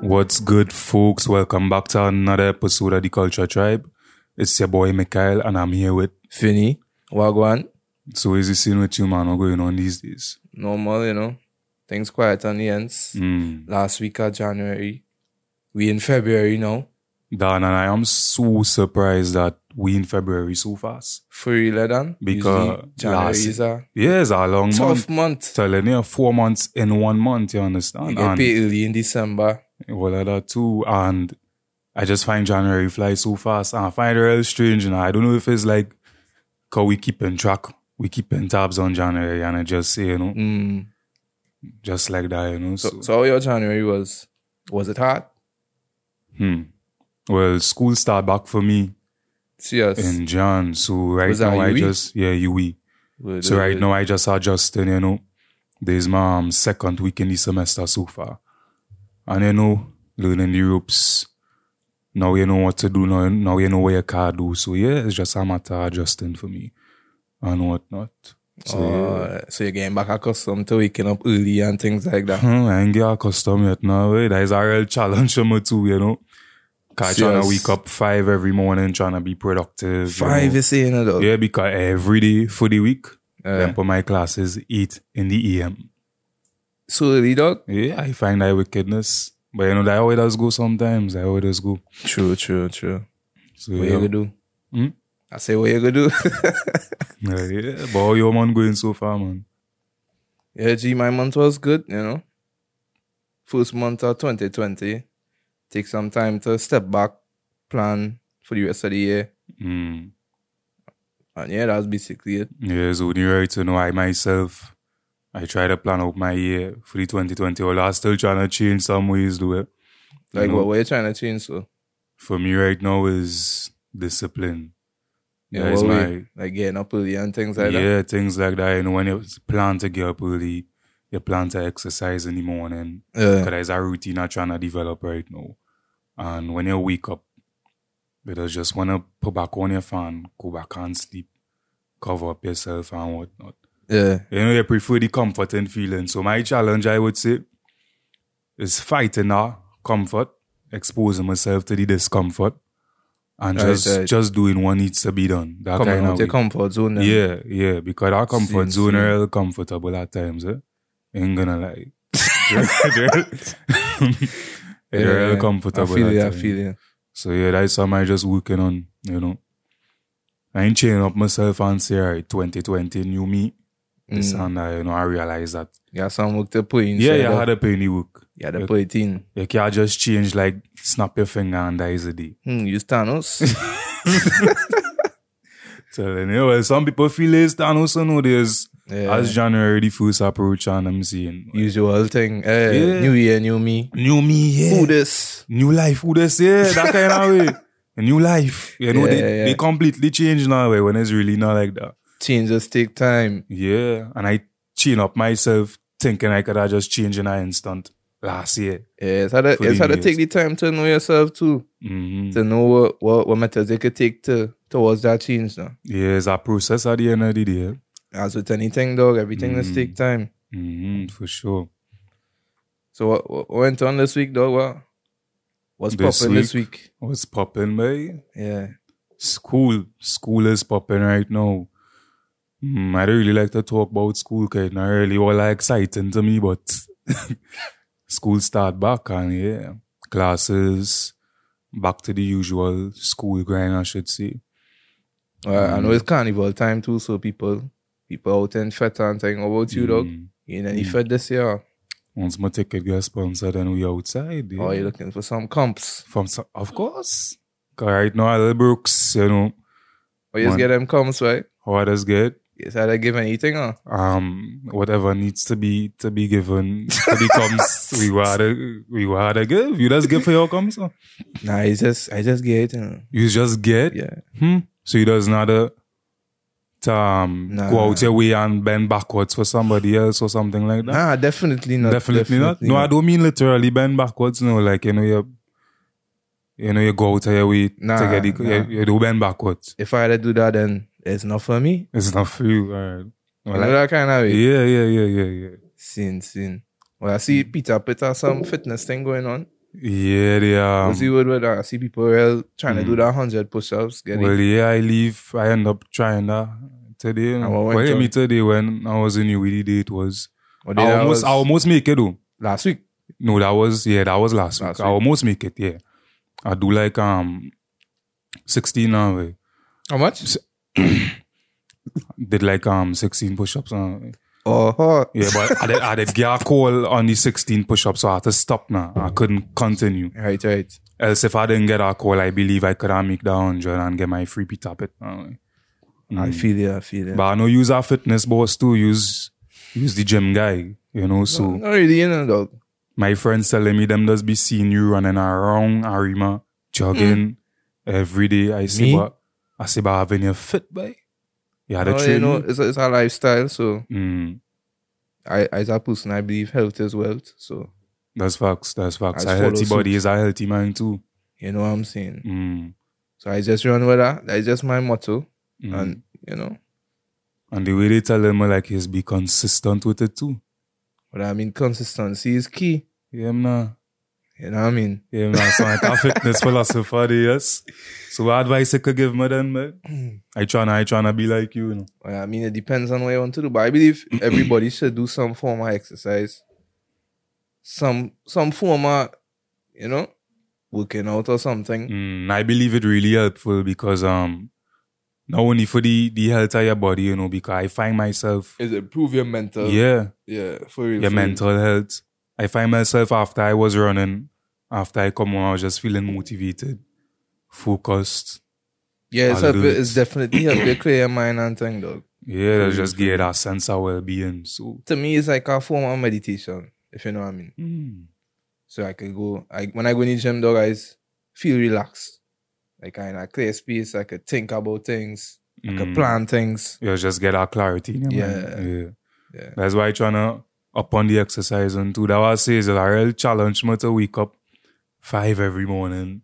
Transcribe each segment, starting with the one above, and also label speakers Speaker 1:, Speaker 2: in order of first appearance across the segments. Speaker 1: What's good, folks? Welcome back to another episode of the Culture Tribe. It's your boy Mikhail, and I'm here with.
Speaker 2: Finny, Wagwan,
Speaker 1: So, is the scene with you, man? What's going on these days?
Speaker 2: normal, you know. Things quiet on the ends.
Speaker 1: Mm.
Speaker 2: Last week of January. We in February now.
Speaker 1: Dan and I am so surprised that we in February so fast.
Speaker 2: For real, eh, Dan.
Speaker 1: Because
Speaker 2: Usually January
Speaker 1: last-
Speaker 2: is a
Speaker 1: Yes, a long month.
Speaker 2: tough month.
Speaker 1: Telling you, four months in one month. You understand?
Speaker 2: You get
Speaker 1: And-
Speaker 2: paid early in December.
Speaker 1: Well, of that too. And I just find January fly so fast. And I find it real strange. And I don't know if it's like, because we keeping track, we keeping tabs on January. And I just say, you know,
Speaker 2: Mm.
Speaker 1: just like that, you know. So,
Speaker 2: So, so how your January was? Was it hard?
Speaker 1: hmm. Well, school start back for me
Speaker 2: Serious.
Speaker 1: in Jan. So right
Speaker 2: Was that E?
Speaker 1: now, I
Speaker 2: UE?
Speaker 1: just, yeah, UE.
Speaker 2: Word,
Speaker 1: So
Speaker 2: word,
Speaker 1: right
Speaker 2: word.
Speaker 1: now, I just adjusting, you know. There's my um, second week in the semester so far. And, you know, learning the ropes. Now you know what to do. Now, now you know what you can do. So, yeah, it's just a matter of adjusting for me and whatnot. So, yeah.
Speaker 2: Oh, so you're getting back accustomed to waking up early and things like that.
Speaker 1: Hmm, I ain't get accustomed yet now. Eh? That is a real challenge for me too, you know. Cause trying to wake
Speaker 2: Serious.
Speaker 1: up five every morning, trying to be productive. you
Speaker 2: Five
Speaker 1: know.
Speaker 2: is saying it though.
Speaker 1: Yeah, because every day for the week,
Speaker 2: Uh,
Speaker 1: then for my classes, 8 in the AM.
Speaker 2: so early, dog.
Speaker 1: Yeah, I find that wickedness. But you know, that way does go sometimes. That way does go.
Speaker 2: True, true, true.
Speaker 1: So,
Speaker 2: What you
Speaker 1: yeah.
Speaker 2: gonna do?
Speaker 1: Hmm?
Speaker 2: I say, what you gonna do?
Speaker 1: Yeah, yeah. But how your man going so far, man?
Speaker 2: yeah, G, my month was good, you know. First month of 2020. Take some time to step back, plan for the rest of the year.
Speaker 1: Mm.
Speaker 2: And yeah, that's basically it.
Speaker 1: Yeah, so only right to know I myself, I try to plan out my year for the 2020. Although I'm still trying to change some ways, do it.
Speaker 2: Like,
Speaker 1: No.
Speaker 2: what were you trying to change? So,
Speaker 1: For me right now is discipline.
Speaker 2: yeah,
Speaker 1: that is
Speaker 2: what
Speaker 1: my...
Speaker 2: way? like getting up early and things like that.
Speaker 1: yeah, things like that. You know, when you plan to get up early, you plan to exercise in the morning.
Speaker 2: Yeah.
Speaker 1: Because there's a routine I'm trying to develop right now. And when you wake up, you just- just want to put back on your fan, go back and sleep, cover up yourself and whatnot.
Speaker 2: yeah.
Speaker 1: You know, you prefer the comforting feeling. So my challenge, I would say, is fighting our comfort, exposing myself to the discomfort, and
Speaker 2: Right,
Speaker 1: just
Speaker 2: right.
Speaker 1: just doing what needs to be done. That
Speaker 2: Coming
Speaker 1: kind
Speaker 2: out
Speaker 1: of
Speaker 2: your
Speaker 1: way.
Speaker 2: comfort zone. then.
Speaker 1: Yeah, yeah, because our comfort
Speaker 2: Same,
Speaker 1: zone
Speaker 2: same.
Speaker 1: are real comfortable at times, eh? Ain't gonna lie. they're
Speaker 2: Yeah,
Speaker 1: real
Speaker 2: yeah. I
Speaker 1: comfortable
Speaker 2: feel
Speaker 1: at
Speaker 2: it, I
Speaker 1: times.
Speaker 2: feel it.
Speaker 1: So yeah, that's something I just working on, you know. I ain't chaining up myself and say, all right, 2020, new me. This
Speaker 2: Mm.
Speaker 1: and that, you know, I realize that.
Speaker 2: You got some work to put in.
Speaker 1: Yeah,
Speaker 2: so
Speaker 1: you
Speaker 2: that-
Speaker 1: had a penny work.
Speaker 2: you had to put it in.
Speaker 1: You can't just change, like, snap your finger and that is a day.
Speaker 2: Hmm, you Thanos.
Speaker 1: Telling you, well, some people feel it's Thanos, you know, there's,
Speaker 2: yeah.
Speaker 1: as January the first approach and I'm seeing,
Speaker 2: usual thing. Eh,
Speaker 1: Yeah.
Speaker 2: New year, new me.
Speaker 1: New me, yeah.
Speaker 2: Who this?
Speaker 1: New life, who they say, that kind of way. A new life. You know,
Speaker 2: Yeah,
Speaker 1: they,
Speaker 2: yeah.
Speaker 1: they completely change now eh, when it's really not like that.
Speaker 2: Changes take time.
Speaker 1: Yeah. And I chain up myself thinking I could have just changed in an instant last year.
Speaker 2: Yeah, it's how to,
Speaker 1: Fully
Speaker 2: it's how to
Speaker 1: new
Speaker 2: take the time to know yourself too.
Speaker 1: hmm
Speaker 2: To know what, what, what methods you could take to towards that change now.
Speaker 1: Yeah, it's a process at the end of the day.
Speaker 2: As with anything, dog, everything just
Speaker 1: Mm.
Speaker 2: take time.
Speaker 1: hmm
Speaker 2: Mm-hmm.
Speaker 1: for sure.
Speaker 2: So what, what went on this week, dog? What, what's
Speaker 1: This
Speaker 2: popping this week?
Speaker 1: What's popping, boy?
Speaker 2: Yeah.
Speaker 1: School. School is popping right now. Mm, I don't really like to talk about school because it's not really all that exciting to me, but school start back and yeah, classes, back to the usual school grind, I should say.
Speaker 2: Well, I know
Speaker 1: Mm.
Speaker 2: it's carnival time too, so people people out in feta and thing. How about you, dog?
Speaker 1: Mm.
Speaker 2: You in any
Speaker 1: Mm.
Speaker 2: fed this year?
Speaker 1: Once my ticket gets sponsored and we outside. yeah.
Speaker 2: Or are you looking for some comps?
Speaker 1: From, so- of course. 'Cause right now, Little Brooks, you know,
Speaker 2: Or you
Speaker 1: Man.
Speaker 2: just get them comps, right?
Speaker 1: how I just get.
Speaker 2: Yes, I don't give anything, huh?
Speaker 1: um whatever needs to be to be given to be comes we were to we were to give you just give for your comes huh?
Speaker 2: Nah, I just I just get it. You know.
Speaker 1: you just get
Speaker 2: Yeah.
Speaker 1: hmm? so you does not uh, to um,
Speaker 2: Nah.
Speaker 1: go out your way and bend backwards for somebody else or something like that
Speaker 2: Nah, definitely not.
Speaker 1: definitely, not no I don't mean literally bend backwards no like you know you you know you go out of your way to
Speaker 2: Nah,
Speaker 1: get the,
Speaker 2: nah.
Speaker 1: you, you do bend backwards
Speaker 2: If I had to do that, then it's not for me.
Speaker 1: it's not for you alright
Speaker 2: You
Speaker 1: Well,
Speaker 2: know
Speaker 1: like-
Speaker 2: that kind of way.
Speaker 1: yeah yeah yeah yeah yeah Mm.
Speaker 2: Sin, sin. Well, I see Peter Peter some fitness thing going on.
Speaker 1: Yeah, they um, mm.
Speaker 2: Because you would, would, uh, see people real trying to do that 100 push ups, get
Speaker 1: Well,
Speaker 2: it.
Speaker 1: yeah, I leave. I end up trying that today.
Speaker 2: I
Speaker 1: Well,
Speaker 2: went
Speaker 1: yeah,
Speaker 2: to-
Speaker 1: me today when I was in UED day, it was.
Speaker 2: Or did
Speaker 1: I
Speaker 2: that
Speaker 1: almost,
Speaker 2: was
Speaker 1: I almost make it though.
Speaker 2: last week.
Speaker 1: No, that was yeah, that was last,
Speaker 2: Last
Speaker 1: week. I
Speaker 2: week.
Speaker 1: almost make it. Yeah, I do like um, sixteen now. eh.
Speaker 2: How much?
Speaker 1: Did like um sixteen push-ups. now, eh.
Speaker 2: Oh, huh.
Speaker 1: Yeah, but I did, I did get a call on the sixteen push-ups, so I had to stop now. I couldn't continue.
Speaker 2: Right, right.
Speaker 1: Else, if I didn't get a call, I believe I could have make the hundred and get my free pita pit.
Speaker 2: I feel it, I feel it.
Speaker 1: Mm. But I know use our fitness boss too. Use use the gym guy, you know. So
Speaker 2: Not really, you know, dog.
Speaker 1: my friends telling me them just be seeing you running around Arima jogging every day. I see
Speaker 2: Mm. Me?
Speaker 1: what I see about having your fit by. Yeah, the
Speaker 2: No, Oh, you
Speaker 1: train.
Speaker 2: know, it's a, it's a lifestyle, so
Speaker 1: Mm,
Speaker 2: I, as a person, I believe health is wealth. So,
Speaker 1: that's facts. That's facts.
Speaker 2: I
Speaker 1: a healthy
Speaker 2: follow
Speaker 1: body is a healthy mind too.
Speaker 2: you know what I'm saying?
Speaker 1: Mm,
Speaker 2: So I just run with that. That's just my motto.
Speaker 1: mm. And,
Speaker 2: And, you know,
Speaker 1: the way they tell him like he's be consistent with it too.
Speaker 2: but I mean, consistency is key.
Speaker 1: Yeah, man.
Speaker 2: You know what I mean?
Speaker 1: Yeah, man. So I'm a fitness philosopher, there, yes. So what advice you could give me then, man? I tryna, I tryna be like you, you know.
Speaker 2: Well, I mean, it depends on what you want to do, but I believe everybody should do some form of exercise, some some form of, you know, working out or something.
Speaker 1: Mm, I believe it really helpful because um not only for the the health of your body, you know, because I find myself
Speaker 2: Is improve your mental,
Speaker 1: yeah,
Speaker 2: yeah, for real,
Speaker 1: your
Speaker 2: for real.
Speaker 1: mental health. I find myself after I was running, after I come on, I was just feeling motivated, focused.
Speaker 2: Yeah, it's,
Speaker 1: I'll
Speaker 2: help,
Speaker 1: do
Speaker 2: it's
Speaker 1: it.
Speaker 2: definitely help you clear your mind and thing, dog.
Speaker 1: Yeah, that
Speaker 2: Mm.
Speaker 1: just gave that sense of well being. So
Speaker 2: To me, it's like a form of meditation, if you know what I mean.
Speaker 1: mm,
Speaker 2: So I could go, I when I go in the gym, dog, I s- feel relaxed, like I in a clear space, I could think about things, I could
Speaker 1: Mm.
Speaker 2: plan things.
Speaker 1: you just get that clarity. in your mind.
Speaker 2: Yeah.
Speaker 1: yeah.
Speaker 2: Yeah,
Speaker 1: That's why I trying to up on the exercise and too. That what I say is that I really challenge me to wake up five every morning,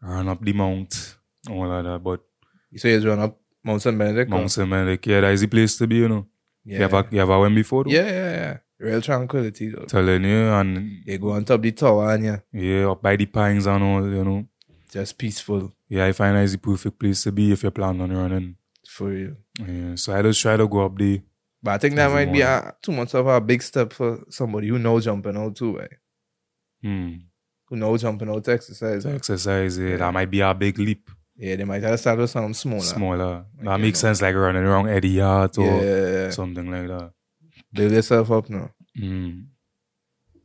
Speaker 1: run up the mount, all of that. But
Speaker 2: so you just run up Mount Saint Benedict. or-
Speaker 1: Mount St. Benedict, yeah, that is the place to be, you know.
Speaker 2: Yeah.
Speaker 1: You, ever, you ever went before? though?
Speaker 2: Yeah, yeah, yeah. Real tranquility though.
Speaker 1: Telling you, and
Speaker 2: You go on top of the tower and yeah,
Speaker 1: yeah, up by the pines and all, you know.
Speaker 2: just peaceful
Speaker 1: Yeah, I find that is the perfect place to be if you plan on running.
Speaker 2: for real.
Speaker 1: Yeah, so I just try to go up there.
Speaker 2: But I think that
Speaker 1: Doesn't
Speaker 2: might be a, too much of a big step for somebody who know jumping out too, right?
Speaker 1: Hmm.
Speaker 2: Who know jumping out exercise.
Speaker 1: To exercise, yeah,
Speaker 2: Yeah.
Speaker 1: that might be a big leap.
Speaker 2: Yeah, they might have to start with something smaller.
Speaker 1: Smaller.
Speaker 2: Like,
Speaker 1: that
Speaker 2: you
Speaker 1: makes
Speaker 2: know.
Speaker 1: sense, like running around Eddie Yard
Speaker 2: Yeah,
Speaker 1: or
Speaker 2: yeah, yeah.
Speaker 1: something like that.
Speaker 2: build yourself up now.
Speaker 1: Mm.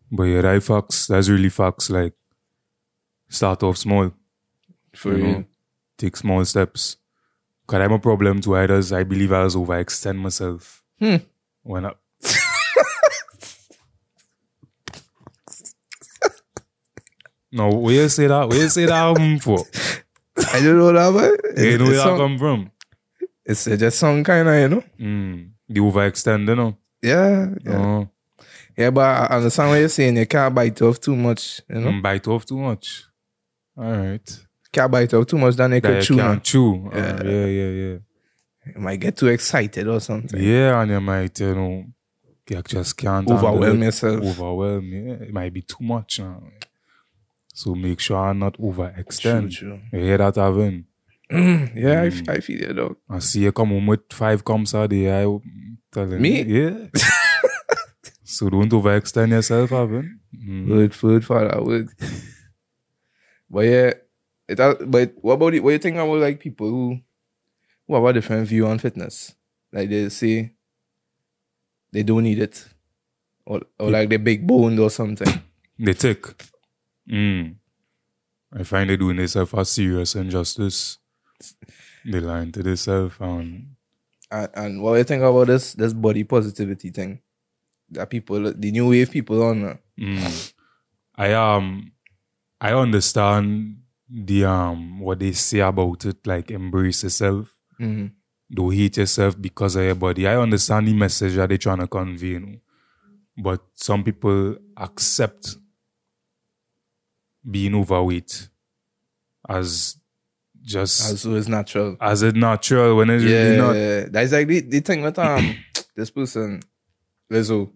Speaker 1: But yeah, that facts. That's really facts. Like, start off small,
Speaker 2: For
Speaker 1: You know.
Speaker 2: real.
Speaker 1: take small steps. Cause I'm a problem to others. I believe I was overextend myself.
Speaker 2: Hmm.
Speaker 1: When I, no, where you say that? Where you say that come for?
Speaker 2: I don't know that, but it's,
Speaker 1: You know
Speaker 2: it's,
Speaker 1: where that
Speaker 2: some-
Speaker 1: come from?
Speaker 2: it's just some kind of, you know?
Speaker 1: Mm. The overextend, you know.
Speaker 2: Yeah, yeah.
Speaker 1: Oh,
Speaker 2: Yeah, but I understand what you're saying. You can't bite off too much, you know?
Speaker 1: mm, bite off too much. All right.
Speaker 2: Can't bite off too much, then you could
Speaker 1: That
Speaker 2: chew.
Speaker 1: you
Speaker 2: now.
Speaker 1: can chew. Yeah.
Speaker 2: Yeah.
Speaker 1: yeah, yeah, yeah.
Speaker 2: You might get too excited or something.
Speaker 1: Yeah, and you might, you know, you just can't handle
Speaker 2: Overwhelm
Speaker 1: it.
Speaker 2: yourself.
Speaker 1: Overwhelm, uh, yeah. It might be too much now. So make sure I'm not
Speaker 2: True,
Speaker 1: overextend.
Speaker 2: true.
Speaker 1: You hear that, Avin?
Speaker 2: yeah, I
Speaker 1: Mm.
Speaker 2: f- I, feel you, dog.
Speaker 1: I see you come home with five comps a day. I mm, telling
Speaker 2: Me?
Speaker 1: you, Yeah. so don't overextend yourself, Avin. Mm.
Speaker 2: Good food for that word. but yeah, it, al- but what about it? What you think about like people who who have a different view on fitness? Like they say they don't need it, or or like they're big boned or something.
Speaker 1: They take. Mm. I find they doing themselves a serious injustice. They lying to themselves and
Speaker 2: And, and what you think about this this body positivity thing that people the new wave people on uh,
Speaker 1: Mm. I um I understand the um what they say about it, like embrace yourself.
Speaker 2: mhm.
Speaker 1: Don't hate yourself because of your body. I understand the message that they're trying to convey, you know. But some people accept being overweight as just as,
Speaker 2: as well as natural.
Speaker 1: a natural when it's
Speaker 2: Yeah,
Speaker 1: really not.
Speaker 2: that's like the, the thing with um this person Lizzo.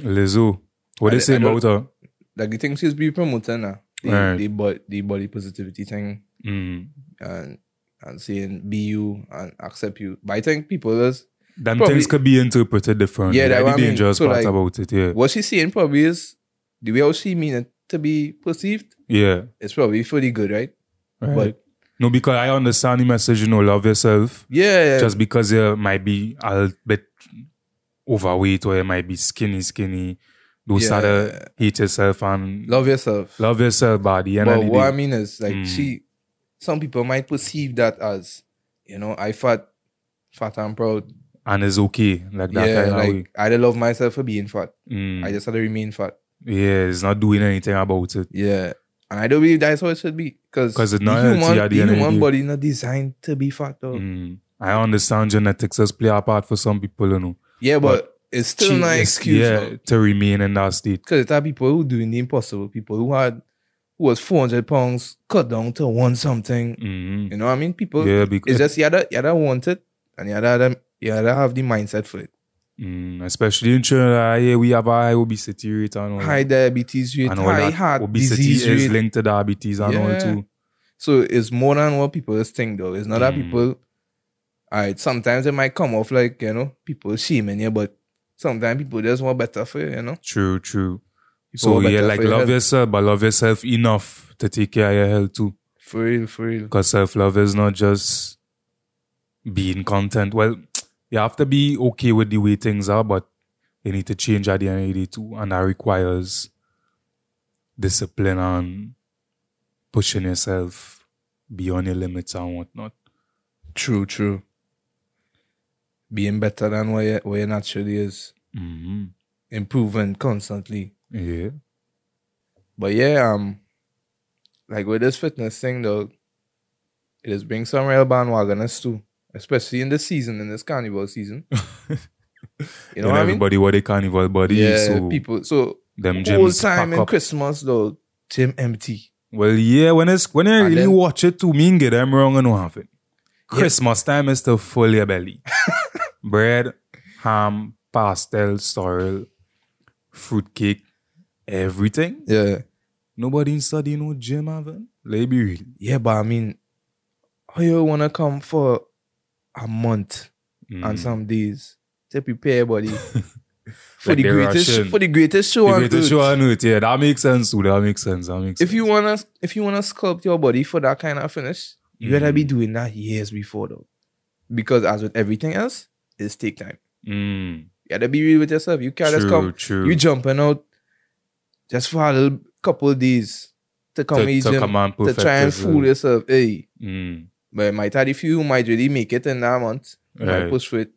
Speaker 1: Lizzo. What
Speaker 2: I
Speaker 1: they
Speaker 2: d-
Speaker 1: say
Speaker 2: I don't-
Speaker 1: about her?
Speaker 2: like the things he's be promoting now. The,
Speaker 1: Right.
Speaker 2: the, bo- the body positivity thing
Speaker 1: Mm.
Speaker 2: and and saying be you and accept you. But I think people is
Speaker 1: Them
Speaker 2: Probably-
Speaker 1: things could be interpreted differently.
Speaker 2: Yeah,
Speaker 1: Yeah,
Speaker 2: that
Speaker 1: that's
Speaker 2: what I
Speaker 1: the
Speaker 2: mean.
Speaker 1: dangerous
Speaker 2: So,
Speaker 1: part
Speaker 2: like-
Speaker 1: about it. Yeah,
Speaker 2: what she's saying probably is the way how she mean it to be perceived
Speaker 1: yeah.
Speaker 2: is probably for the good, right?
Speaker 1: Right.
Speaker 2: But
Speaker 1: no, because I understand the message. You know, love yourself.
Speaker 2: yeah,
Speaker 1: Just because you might be a little bit overweight or you might be skinny, skinny, don't
Speaker 2: Yeah.
Speaker 1: start to hate yourself and love,
Speaker 2: love yourself.
Speaker 1: yourself. By the end
Speaker 2: but
Speaker 1: of the
Speaker 2: what I
Speaker 1: day,
Speaker 2: mean is like
Speaker 1: Mm.
Speaker 2: she some people might perceive that as, you know, I fat, fat and proud.
Speaker 1: and it's okay. Like that
Speaker 2: yeah,
Speaker 1: kind of way.
Speaker 2: like I don't love myself for being fat.
Speaker 1: Mm.
Speaker 2: I just had to remain fat.
Speaker 1: yeah, it's not doing anything about it.
Speaker 2: Yeah. And I don't believe that's how it should be. Because
Speaker 1: 'Cause it's not healthy at the end of the
Speaker 2: human
Speaker 1: day.
Speaker 2: body not designed to be fat though.
Speaker 1: Mm. I understand genetics does play a part for some people, you know.
Speaker 2: Yeah, but, it's still
Speaker 1: Cheat
Speaker 2: not an
Speaker 1: is-
Speaker 2: excuse.
Speaker 1: yeah, to remain in that state.
Speaker 2: Because there are people who doing the impossible, people who had who was four hundred pounds cut down to one something.
Speaker 1: Mm.
Speaker 2: You know what I mean? People
Speaker 1: Yeah, because
Speaker 2: it's just you either you either want it and you either you either have the mindset for it.
Speaker 1: Mm, especially in Trinidad, here we have a high obesity rate and all.
Speaker 2: High diabetes rate,
Speaker 1: Oh. and all
Speaker 2: high
Speaker 1: that.
Speaker 2: heart
Speaker 1: obesity
Speaker 2: disease
Speaker 1: is
Speaker 2: rate.
Speaker 1: linked to diabetes and all
Speaker 2: Yeah.
Speaker 1: too.
Speaker 2: So it's more than what people just think though. It's not that
Speaker 1: Mm.
Speaker 2: people alright, sometimes it might come off like, you know, people shaming you, but sometimes people just want better for you, you know.
Speaker 1: True, true.
Speaker 2: want
Speaker 1: so yeah,
Speaker 2: Oh, better
Speaker 1: like
Speaker 2: for your
Speaker 1: love
Speaker 2: health.
Speaker 1: yourself, but love yourself enough to take care of your health too.
Speaker 2: For real, for real.
Speaker 1: Because self love is not just being content. Well, you have to be okay with the way things are, but you need to change at the end of the day too, and that requires discipline and pushing yourself beyond your limits and whatnot.
Speaker 2: True, true. Being better than where you, where you naturally is. Mm-hmm.
Speaker 1: hmm
Speaker 2: Improving constantly.
Speaker 1: Yeah.
Speaker 2: But yeah, um like with this fitness thing though, it is bring some real bandwagoners too. Especially in this season, in this carnival season. you know
Speaker 1: Then
Speaker 2: what I mean?
Speaker 1: everybody what they carnival body.
Speaker 2: yeah,
Speaker 1: so
Speaker 2: people. So
Speaker 1: them
Speaker 2: whole
Speaker 1: gyms
Speaker 2: time
Speaker 1: pack
Speaker 2: in
Speaker 1: up.
Speaker 2: Christmas though, gym empty.
Speaker 1: well, yeah, when it's when I
Speaker 2: And
Speaker 1: really
Speaker 2: then-
Speaker 1: watch it too, me and get them wrong and what happen. Christmas time is to full your belly. Bread, ham, pastel, sorrel, fruitcake, everything.
Speaker 2: Yeah,
Speaker 1: Nobody in study no gym having. Let be real.
Speaker 2: yeah, but I mean, how you wanna come for a month
Speaker 1: Mm.
Speaker 2: and some days to prepare, buddy, for
Speaker 1: Like the
Speaker 2: the greatest
Speaker 1: Russian.
Speaker 2: for the greatest show
Speaker 1: the
Speaker 2: on
Speaker 1: greatest
Speaker 2: earth.
Speaker 1: show on earth, yeah, that makes sense. Too. That makes sense. That makes
Speaker 2: if
Speaker 1: sense.
Speaker 2: you wanna if you wanna sculpt your body for that kind of finish, you gotta be
Speaker 1: Mm.
Speaker 2: doing that years before though, because as with everything else, it's take time.
Speaker 1: Mm.
Speaker 2: You gotta be real with yourself. You can't just come
Speaker 1: True, true.
Speaker 2: you jumping out just for a little couple of days to come
Speaker 1: to,
Speaker 2: eat
Speaker 1: to
Speaker 2: gym,
Speaker 1: come and
Speaker 2: to
Speaker 1: perfect
Speaker 2: try and fool
Speaker 1: yourself.
Speaker 2: yourself. Hey,
Speaker 1: Mm.
Speaker 2: but might have the few who might really make it in that month. You Might
Speaker 1: Right.
Speaker 2: push for it,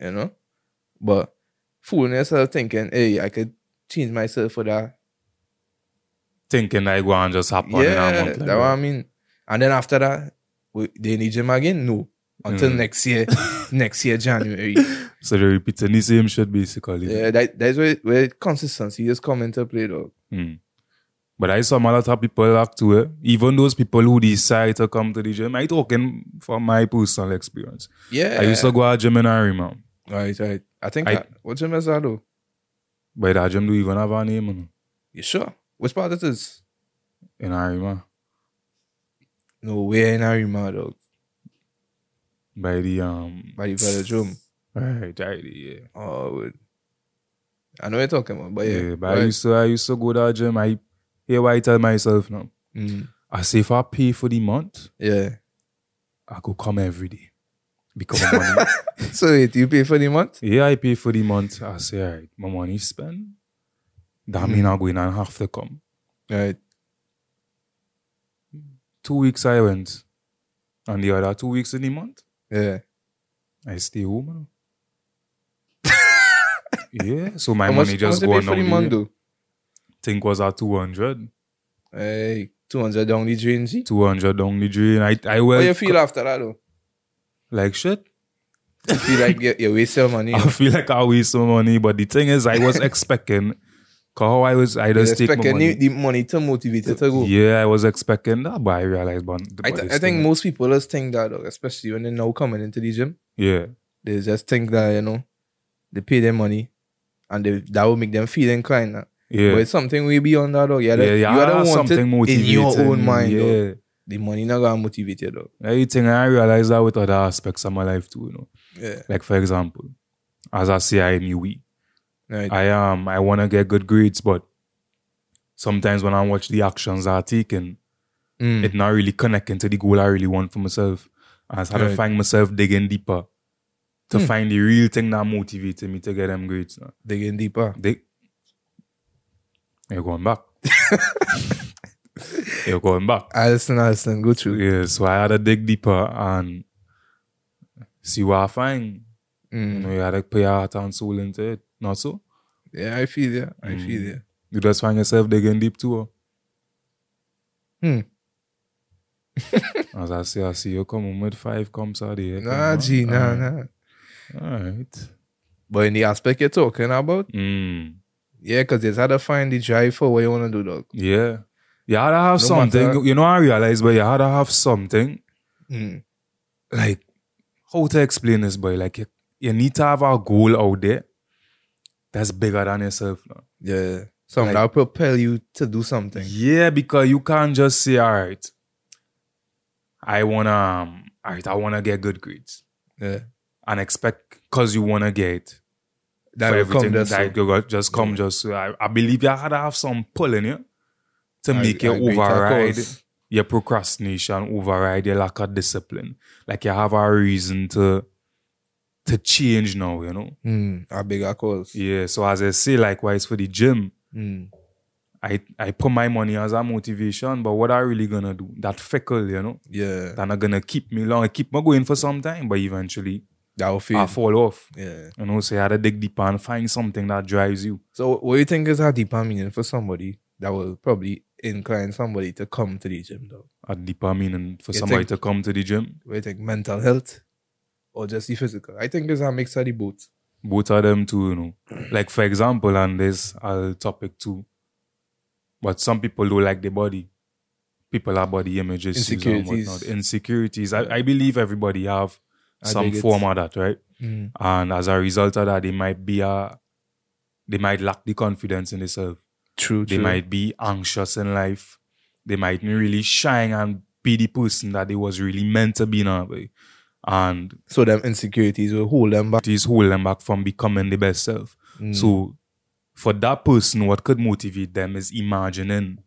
Speaker 2: you know. But fooling yourself thinking, hey, I could change myself for that.
Speaker 1: thinking that it go and just happen in
Speaker 2: yeah,
Speaker 1: a month.
Speaker 2: that's
Speaker 1: Like
Speaker 2: what I mean. And then after that, we, they need gym again. No, until
Speaker 1: Mm.
Speaker 2: next year, next year January.
Speaker 1: So they're repeating the same shit basically.
Speaker 2: yeah, that, that's where where consistency is come into play though.
Speaker 1: Mm. But I saw a lot of people act to it. Even those people who decide to come to the gym. I talking from my personal experience.
Speaker 2: Yeah,
Speaker 1: I used to go to gym in Arima.
Speaker 2: Right, right. I think
Speaker 1: I-
Speaker 2: I, what gym is that though?
Speaker 1: But that gym do even have a name you know,
Speaker 2: You sure? Which part it is?
Speaker 1: in Arima.
Speaker 2: No, we're in Arima though.
Speaker 1: By the um
Speaker 2: By the velodrome.
Speaker 1: Right, right, yeah.
Speaker 2: Oh, it- I know what you're talking about, but Oh, yeah.
Speaker 1: Yeah, but I
Speaker 2: right.
Speaker 1: used to I used to go to that gym. I hear what I tell myself now.
Speaker 2: Mm,
Speaker 1: I say if I pay for the month,
Speaker 2: yeah.
Speaker 1: I could come every day. Because my money
Speaker 2: So wait, you pay for the month?
Speaker 1: Yeah, I pay for the month. I say, all right, my money spent. That mean
Speaker 2: Mm-hmm.
Speaker 1: I'm going and have to come.
Speaker 2: Right.
Speaker 1: Two weeks I went. And the other two weeks in the month,
Speaker 2: Yeah.
Speaker 1: I stay home. you know. yeah, so my
Speaker 2: how much,
Speaker 1: money
Speaker 2: how
Speaker 1: just
Speaker 2: much
Speaker 1: go
Speaker 2: you
Speaker 1: on
Speaker 2: pay for the
Speaker 1: down
Speaker 2: month
Speaker 1: the-
Speaker 2: though?
Speaker 1: think was at 200.
Speaker 2: Hey, 200 down the drain, G.
Speaker 1: 200 down the drain. I, I well,
Speaker 2: How you feel after that though?
Speaker 1: like shit.
Speaker 2: You feel like you, you waste your money.
Speaker 1: I feel like I waste some money. But the thing is, I was expecting, cause how I was, I
Speaker 2: you
Speaker 1: just take my
Speaker 2: expecting the,
Speaker 1: money.
Speaker 2: the money to motivate you to go.
Speaker 1: Yeah, I was expecting that, but I realized, but
Speaker 2: I, th- I think most people just think that, though, especially when they're now coming into the gym.
Speaker 1: yeah,
Speaker 2: They just think that, you know, they pay their money and they, that will make them feel inclined.
Speaker 1: Yeah.
Speaker 2: But it's something way beyond that, dog. You gotta,
Speaker 1: yeah,
Speaker 2: you
Speaker 1: yeah, ah,
Speaker 2: gotta want
Speaker 1: something
Speaker 2: it
Speaker 1: motivating.
Speaker 2: in your own mind, dog.
Speaker 1: Yeah.
Speaker 2: The money not gonna motivate you, dog.
Speaker 1: Like, you think I realize that with other aspects of my life too, you know.
Speaker 2: Yeah.
Speaker 1: Like for example, as I say I am UE.
Speaker 2: Right.
Speaker 1: I um I wanna get good grades, but sometimes when I watch the actions I take and
Speaker 2: Mm.
Speaker 1: it not really connecting to the goal I really want for myself. I had to
Speaker 2: Right.
Speaker 1: find myself digging deeper to
Speaker 2: Hmm.
Speaker 1: find the real thing that motivated me to get them grades. now.
Speaker 2: Digging deeper.
Speaker 1: They, you're going back. you're going back.
Speaker 2: I listen, I listen, go through.
Speaker 1: Yeah, so I had to dig deeper and see what I find. You
Speaker 2: Mm.
Speaker 1: know, you had to put your heart and soul into it. Not so?
Speaker 2: Yeah, I feel yeah. I
Speaker 1: Mm.
Speaker 2: feel yeah.
Speaker 1: You just find yourself digging deep too.
Speaker 2: Hmm.
Speaker 1: As I say, I see you coming with five comes out here.
Speaker 2: Nah, G, nah, nah.
Speaker 1: All right.
Speaker 2: But in the aspect you're talking about,
Speaker 1: Mm,
Speaker 2: yeah, because it's how to find the drive for what you want to do, dog.
Speaker 1: yeah. You had to have
Speaker 2: No
Speaker 1: something.
Speaker 2: matter-
Speaker 1: You know, I realized, but you had to have something.
Speaker 2: Mm.
Speaker 1: Like, how to explain this, boy? Like, you, you need to have a goal out there that's bigger than yourself. Now.
Speaker 2: Yeah. Something
Speaker 1: Like- Mm.
Speaker 2: that'll propel you to do something.
Speaker 1: Yeah, because you can't just say, all right, I want to, um, all right, I want to get good grades
Speaker 2: Yeah.
Speaker 1: and expect because you want to get it. for
Speaker 2: That'll
Speaker 1: everything
Speaker 2: come just
Speaker 1: that
Speaker 2: so.
Speaker 1: you got just come
Speaker 2: Yeah.
Speaker 1: just so. I, I believe you had to have some pull in you to
Speaker 2: I-
Speaker 1: make
Speaker 2: I
Speaker 1: you
Speaker 2: agree, of
Speaker 1: override
Speaker 2: course.
Speaker 1: your procrastination, override your lack of discipline. Like you have a reason to to change now, you know.
Speaker 2: Mm. A bigger cause.
Speaker 1: Yeah. So as I say, likewise for the gym,
Speaker 2: Mm.
Speaker 1: I I put my money as a motivation, but what I really gonna do? That fickle, you know,
Speaker 2: Yeah.
Speaker 1: that not gonna keep me long. I keep me going for some time, but eventually
Speaker 2: That'll feel.
Speaker 1: I fall off.
Speaker 2: Yeah.
Speaker 1: You know, so you had to dig deeper and find something that drives you.
Speaker 2: So what you think is a deeper meaning for somebody that will probably incline somebody to come to the gym though?
Speaker 1: a deeper meaning for
Speaker 2: You
Speaker 1: somebody
Speaker 2: think-
Speaker 1: to come to the gym.
Speaker 2: What you think mental health or just the physical? I think it's a mix of the both.
Speaker 1: Both of them too, you know. Like for example, and this a topic too. But some people don't like their body. People have body image issues and
Speaker 2: Insecurities.
Speaker 1: whatnot. Insecurities. I, I believe everybody have
Speaker 2: I
Speaker 1: some
Speaker 2: dig it.
Speaker 1: form of that, right?
Speaker 2: Mm.
Speaker 1: And as a result of that, they might be a they might lack the confidence in themselves.
Speaker 2: True,
Speaker 1: They
Speaker 2: true.
Speaker 1: might be anxious in life. They might not really shine and be the person that they was really meant to be now. boy. And
Speaker 2: So them insecurities will hold them back.
Speaker 1: is hold them back from becoming the best self.
Speaker 2: Mm.
Speaker 1: So for that person, what could motivate them is imagining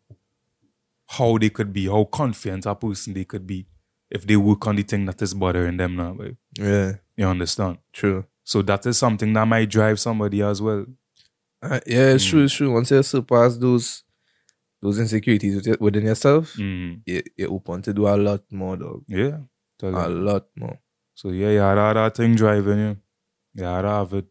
Speaker 1: how they could be, how confident a person they could be if they work on the thing that is bothering them now. Right?
Speaker 2: yeah,
Speaker 1: You understand?
Speaker 2: true.
Speaker 1: So that is something that might drive somebody as well.
Speaker 2: Uh, yeah, it's true, it's true. Once you surpass those those insecurities with- within yourself,
Speaker 1: Mm.
Speaker 2: you you open to do a lot more, dog.
Speaker 1: Yeah. Tell
Speaker 2: A
Speaker 1: them.
Speaker 2: lot more.
Speaker 1: So yeah, you had that thing driving you. You had to have it.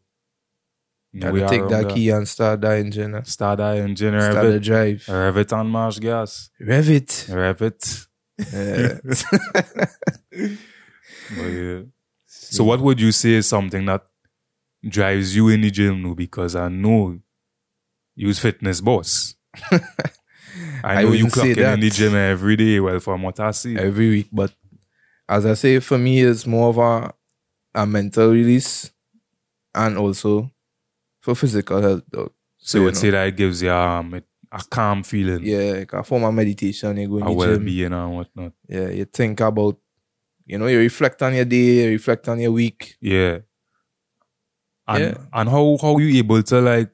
Speaker 2: You gotta take that key and start that engine. and
Speaker 1: Start that engine,
Speaker 2: Start the
Speaker 1: rev it.
Speaker 2: drive.
Speaker 1: Rev it and march gas.
Speaker 2: Rev it.
Speaker 1: Rev it.
Speaker 2: Yeah.
Speaker 1: But yeah. So what would you say is something that drives you in the gym now? Because I know you's fitness boss. I
Speaker 2: I
Speaker 1: know you
Speaker 2: wouldn't say
Speaker 1: clocking in the
Speaker 2: that.
Speaker 1: gym every day. Well, from what I see,
Speaker 2: every week. But as I say, for me, it's more of a, a mental release and also for physical health, dog.
Speaker 1: so you would
Speaker 2: know,
Speaker 1: say that it gives you um, it- a calm feeling,
Speaker 2: Yeah, like a form of meditation, you go in
Speaker 1: a
Speaker 2: the gym.
Speaker 1: well-being and whatnot.
Speaker 2: Yeah, you think about, you know, you reflect on your day, you reflect on your week.
Speaker 1: Yeah. And
Speaker 2: Yeah.
Speaker 1: and how how you able to like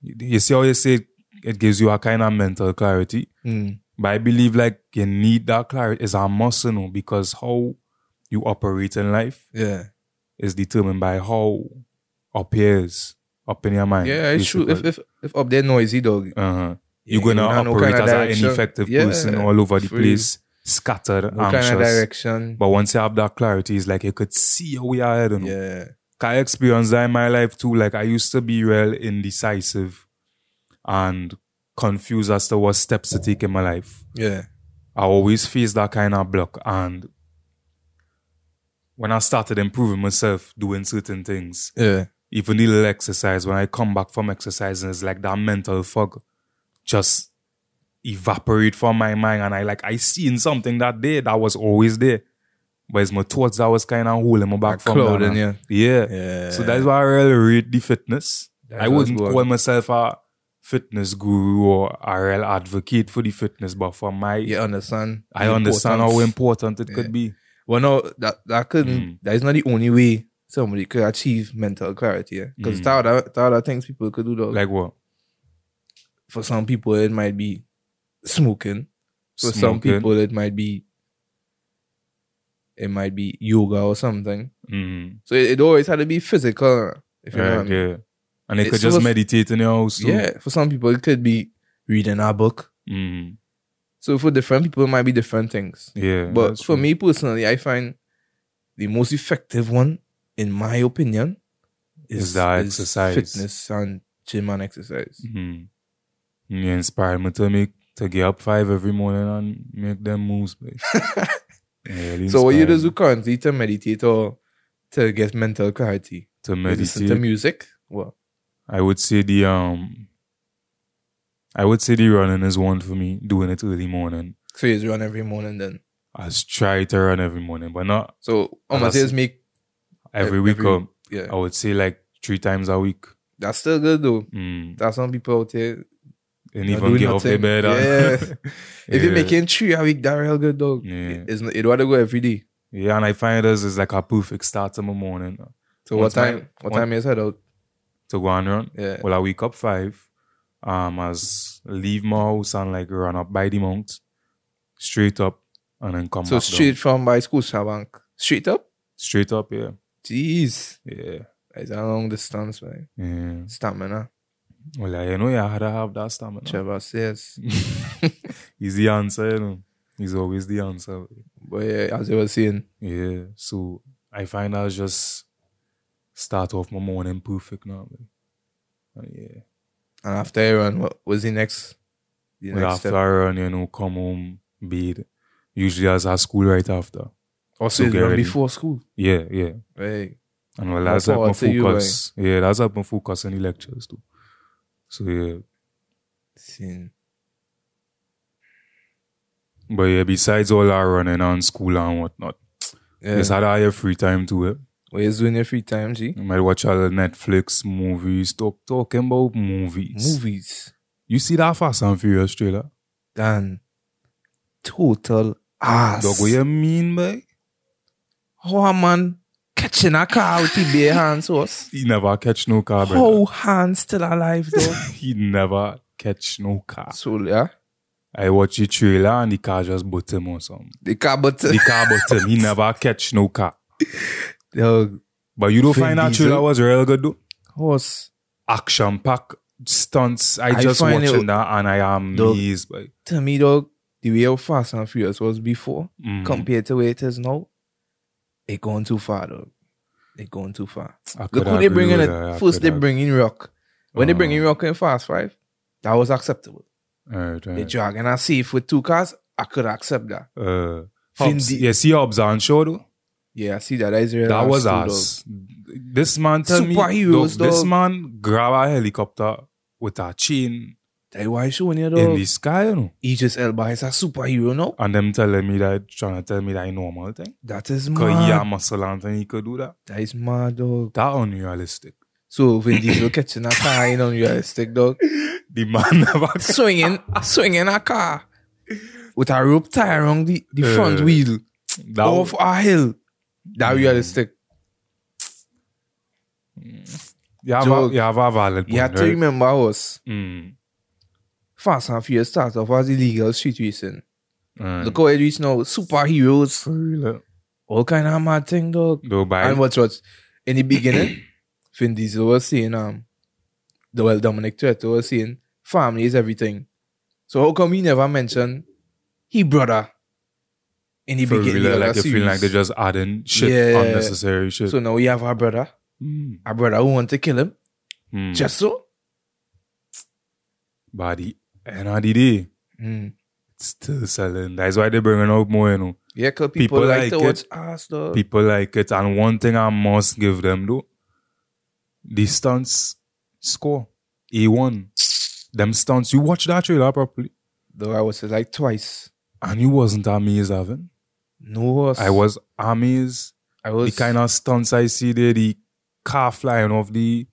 Speaker 1: you you see how you say it gives you a kind of mental clarity.
Speaker 2: Mm.
Speaker 1: But I believe like you need that clarity is a muscle now because how you operate in life
Speaker 2: Yeah.
Speaker 1: is determined by how appears up in your mind.
Speaker 2: Yeah, it's true. If,
Speaker 1: basically.
Speaker 2: if, if up there noisy, dog,
Speaker 1: uh-huh.
Speaker 2: you
Speaker 1: you're gonna
Speaker 2: don't have no
Speaker 1: operate
Speaker 2: kind of
Speaker 1: as an
Speaker 2: direction.
Speaker 1: ineffective
Speaker 2: Yeah,
Speaker 1: person all over the
Speaker 2: for real.
Speaker 1: place, scattered,
Speaker 2: no
Speaker 1: anxious.
Speaker 2: kind of direction.
Speaker 1: but once you have that clarity, it's like you could see your way ahead. You know?
Speaker 2: Yeah.
Speaker 1: I experienced that in my life too. Like I used to be real indecisive and confused as to what steps to take in my life.
Speaker 2: Yeah.
Speaker 1: I always face that kind of block. And when I started improving myself, doing certain things,
Speaker 2: Yeah.
Speaker 1: even the little exercise, when I come back from exercise, it's like that mental fog just evaporate from my mind. And I like, I seen something that day that was always there. But it's my thoughts that was kind of holding me back
Speaker 2: That
Speaker 1: from
Speaker 2: cloud
Speaker 1: that.
Speaker 2: in
Speaker 1: man.
Speaker 2: you.
Speaker 1: Yeah.
Speaker 2: Yeah.
Speaker 1: So that's why I really rate the fitness.
Speaker 2: That
Speaker 1: I
Speaker 2: was
Speaker 1: wouldn't
Speaker 2: good.
Speaker 1: call myself a fitness guru or RL advocate for the fitness, but for my,
Speaker 2: You understand?
Speaker 1: I
Speaker 2: the
Speaker 1: understand how
Speaker 2: importance.
Speaker 1: important it could be.
Speaker 2: Well, no, that that couldn't.
Speaker 1: Mm.
Speaker 2: That is not the only way somebody could achieve mental clarity. Because
Speaker 1: Mm.
Speaker 2: there are other- there are other things people could do. Though.
Speaker 1: Like what?
Speaker 2: for some people, it might be smoking. For some
Speaker 1: Smoking.
Speaker 2: people, it might be it might be yoga or something.
Speaker 1: Mm.
Speaker 2: So it, it always had to be physical. If you know
Speaker 1: Right,
Speaker 2: what I mean.
Speaker 1: yeah. And they
Speaker 2: It's
Speaker 1: could just
Speaker 2: supposed-
Speaker 1: meditate in your house. Too.
Speaker 2: yeah. For some people, it could be reading a book.
Speaker 1: Mm.
Speaker 2: So for different people, it might be different things.
Speaker 1: Yeah.
Speaker 2: But
Speaker 1: that's
Speaker 2: for
Speaker 1: true.
Speaker 2: me personally, I find the most effective one, in my opinion, is,
Speaker 1: Is that exercise.
Speaker 2: fitness and gym and exercise.
Speaker 1: Mm. You inspire me to make to get up five every morning and make them moves. But
Speaker 2: So what you just do currently to meditate or to get mental clarity?
Speaker 1: to
Speaker 2: You Listen to
Speaker 1: meditate?
Speaker 2: music. Well,
Speaker 1: I would say the um, I would say the running is one for me. Doing it early morning.
Speaker 2: so you just run every morning then.
Speaker 1: I s- try to run every morning, but not
Speaker 2: So
Speaker 1: And
Speaker 2: almost
Speaker 1: that's-
Speaker 2: just make
Speaker 1: every
Speaker 2: Ev-
Speaker 1: week.
Speaker 2: every-
Speaker 1: um,
Speaker 2: yeah.
Speaker 1: I would say like three times a week.
Speaker 2: That's still good though.
Speaker 1: Mm.
Speaker 2: That's some people out there.
Speaker 1: And
Speaker 2: Not
Speaker 1: even
Speaker 2: doing
Speaker 1: get off their
Speaker 2: nothing.
Speaker 1: bed. uh, and-
Speaker 2: If you're
Speaker 1: Yeah.
Speaker 2: making three a week, that real good dog.
Speaker 1: Yeah.
Speaker 2: It's not, it don't have to go every day.
Speaker 1: yeah, and I find it as is like a perfect start to my morning
Speaker 2: So what
Speaker 1: Once my-
Speaker 2: time? what
Speaker 1: one-
Speaker 2: time is head out?
Speaker 1: to go and run.
Speaker 2: Yeah.
Speaker 1: Well, I wake up five. Um, as leave my house and like run up by the mount, straight up, and then come
Speaker 2: So
Speaker 1: back down.
Speaker 2: straight from my school, Shabank. Straight up?
Speaker 1: straight up. Yeah,
Speaker 2: Jeez.
Speaker 1: yeah,
Speaker 2: It's a long distance, man.
Speaker 1: yeah.
Speaker 2: Stamina.
Speaker 1: Well, I you know you had to have that stamina.
Speaker 2: Trevor says.
Speaker 1: He's the answer, you know. He's always the answer.
Speaker 2: But yeah, as I was saying,
Speaker 1: Yeah. So I find I just start off my morning perfect now. man. And yeah.
Speaker 2: and after I run, what was the next? The
Speaker 1: Well,
Speaker 2: next
Speaker 1: after
Speaker 2: step.
Speaker 1: I run, you know, come home, bed. Usually I have school right after.
Speaker 2: Also,
Speaker 1: get
Speaker 2: Oh, run
Speaker 1: ready.
Speaker 2: before school.
Speaker 1: Yeah, yeah.
Speaker 2: Right.
Speaker 1: And well,
Speaker 2: More
Speaker 1: that's helped my
Speaker 2: power to you,
Speaker 1: focus. yeah, that's helped my focus in the lectures too. So yeah.
Speaker 2: Sin.
Speaker 1: But yeah, besides all our running and school and whatnot,
Speaker 2: Yeah.
Speaker 1: it's had all your free time eh? to it.
Speaker 2: What you doing your free time, G?
Speaker 1: You might watch all the Netflix movies. Talk talking about movies.
Speaker 2: Movies.
Speaker 1: You see that Fast and Furious trailer?
Speaker 2: Dan. Total ass.
Speaker 1: Dog, what you mean by?
Speaker 2: How a man catching a car with his bare hands was?
Speaker 1: He never catch no car, brother.
Speaker 2: How hands still alive though?
Speaker 1: He never catch no car.
Speaker 2: so yeah,
Speaker 1: I watch the trailer and the car just butt him or something.
Speaker 2: the car uh,
Speaker 1: The
Speaker 2: button.
Speaker 1: car butt him. He never catch no car.
Speaker 2: Dog.
Speaker 1: But you don't
Speaker 2: Vin
Speaker 1: find that
Speaker 2: Diesel?
Speaker 1: trailer was real good though.
Speaker 2: Horse.
Speaker 1: Action pack stunts. I,
Speaker 2: I
Speaker 1: just
Speaker 2: find
Speaker 1: watching
Speaker 2: it-
Speaker 1: that and I am
Speaker 2: Dog.
Speaker 1: amazed by.
Speaker 2: Tell me, dog, the way how Fast and Furious was before
Speaker 1: Mm.
Speaker 2: compared to where it is now, it gone too far, dog. It gone too far.
Speaker 1: I
Speaker 2: Look
Speaker 1: could
Speaker 2: who they
Speaker 1: agree
Speaker 2: bring in.
Speaker 1: with
Speaker 2: It.
Speaker 1: that, I
Speaker 2: First,
Speaker 1: could
Speaker 2: they
Speaker 1: ag-
Speaker 2: bring in Rock. When they bring in
Speaker 1: Uh-huh.
Speaker 2: Rock in Fast Five, that was acceptable.
Speaker 1: Alright,
Speaker 2: They
Speaker 1: alright.
Speaker 2: dragging a safe with two cars. I could accept that.
Speaker 1: Uh,
Speaker 2: Vin
Speaker 1: Hobbs,
Speaker 2: Di-
Speaker 1: yeah, see Hobbs and Shaw though.
Speaker 2: Yeah, I see that. That is real.
Speaker 1: That
Speaker 2: ass
Speaker 1: was
Speaker 2: too,
Speaker 1: us. This man tell me,
Speaker 2: Superheroes,
Speaker 1: dog, this
Speaker 2: dog.
Speaker 1: man grab a helicopter with a chain
Speaker 2: dog. That why showing you
Speaker 1: in
Speaker 2: dog.
Speaker 1: the sky, you know,
Speaker 2: Aegis Elba is a superhero now.
Speaker 1: and them telling me that, trying to tell me that normal thing.
Speaker 2: That is
Speaker 1: Cause he a
Speaker 2: mad.
Speaker 1: muscle and thing, he could do that.
Speaker 2: That is mad, dog.
Speaker 1: That unrealistic.
Speaker 2: So Vin Diesel catching a car in unrealistic, dog.
Speaker 1: The man never.
Speaker 2: Swinging, swinging a car with a rope tie around the, the front
Speaker 1: Uh,
Speaker 2: wheel
Speaker 1: That
Speaker 2: off a hill. That
Speaker 1: Mm.
Speaker 2: realistic.
Speaker 1: you have, a,
Speaker 2: Joke.
Speaker 1: you have a valid point,
Speaker 2: You have to
Speaker 1: right?
Speaker 2: remember us.
Speaker 1: Mm.
Speaker 2: Fast and Furious start off as illegal street racing.
Speaker 1: Alright.
Speaker 2: Look how it reach now. Superheroes.
Speaker 1: For real,
Speaker 2: All kind of mad thing, dog.
Speaker 1: though, by
Speaker 2: And watch, watch. In the beginning, Vin Diesel was saying, um, the well, Dominic Toretto was saying, family is everything. So how come he never mentioned he brother in the
Speaker 1: for
Speaker 2: beginning?
Speaker 1: real,
Speaker 2: of
Speaker 1: like
Speaker 2: the
Speaker 1: you feel like
Speaker 2: series?
Speaker 1: they're just adding shit,
Speaker 2: Yeah.
Speaker 1: unnecessary shit.
Speaker 2: So now we have our brother,
Speaker 1: Mm.
Speaker 2: our brother who want to kill him,
Speaker 1: Mm.
Speaker 2: just so.
Speaker 1: but the end of the day,
Speaker 2: Mm.
Speaker 1: it's still selling. That's why they're bringing out more, you know.
Speaker 2: Yeah, cause people,
Speaker 1: People
Speaker 2: like,
Speaker 1: like
Speaker 2: to
Speaker 1: it.
Speaker 2: watch ass dog.
Speaker 1: people like it. And one thing I must give them though, the stunts score A1. Them stunts, you watch that trailer properly,
Speaker 2: Though I was like twice.
Speaker 1: and you wasn't amazed, Avin.
Speaker 2: No horse.
Speaker 1: I was amazed.
Speaker 2: I
Speaker 1: The
Speaker 2: was
Speaker 1: kind of stunts I see there, the car flying off the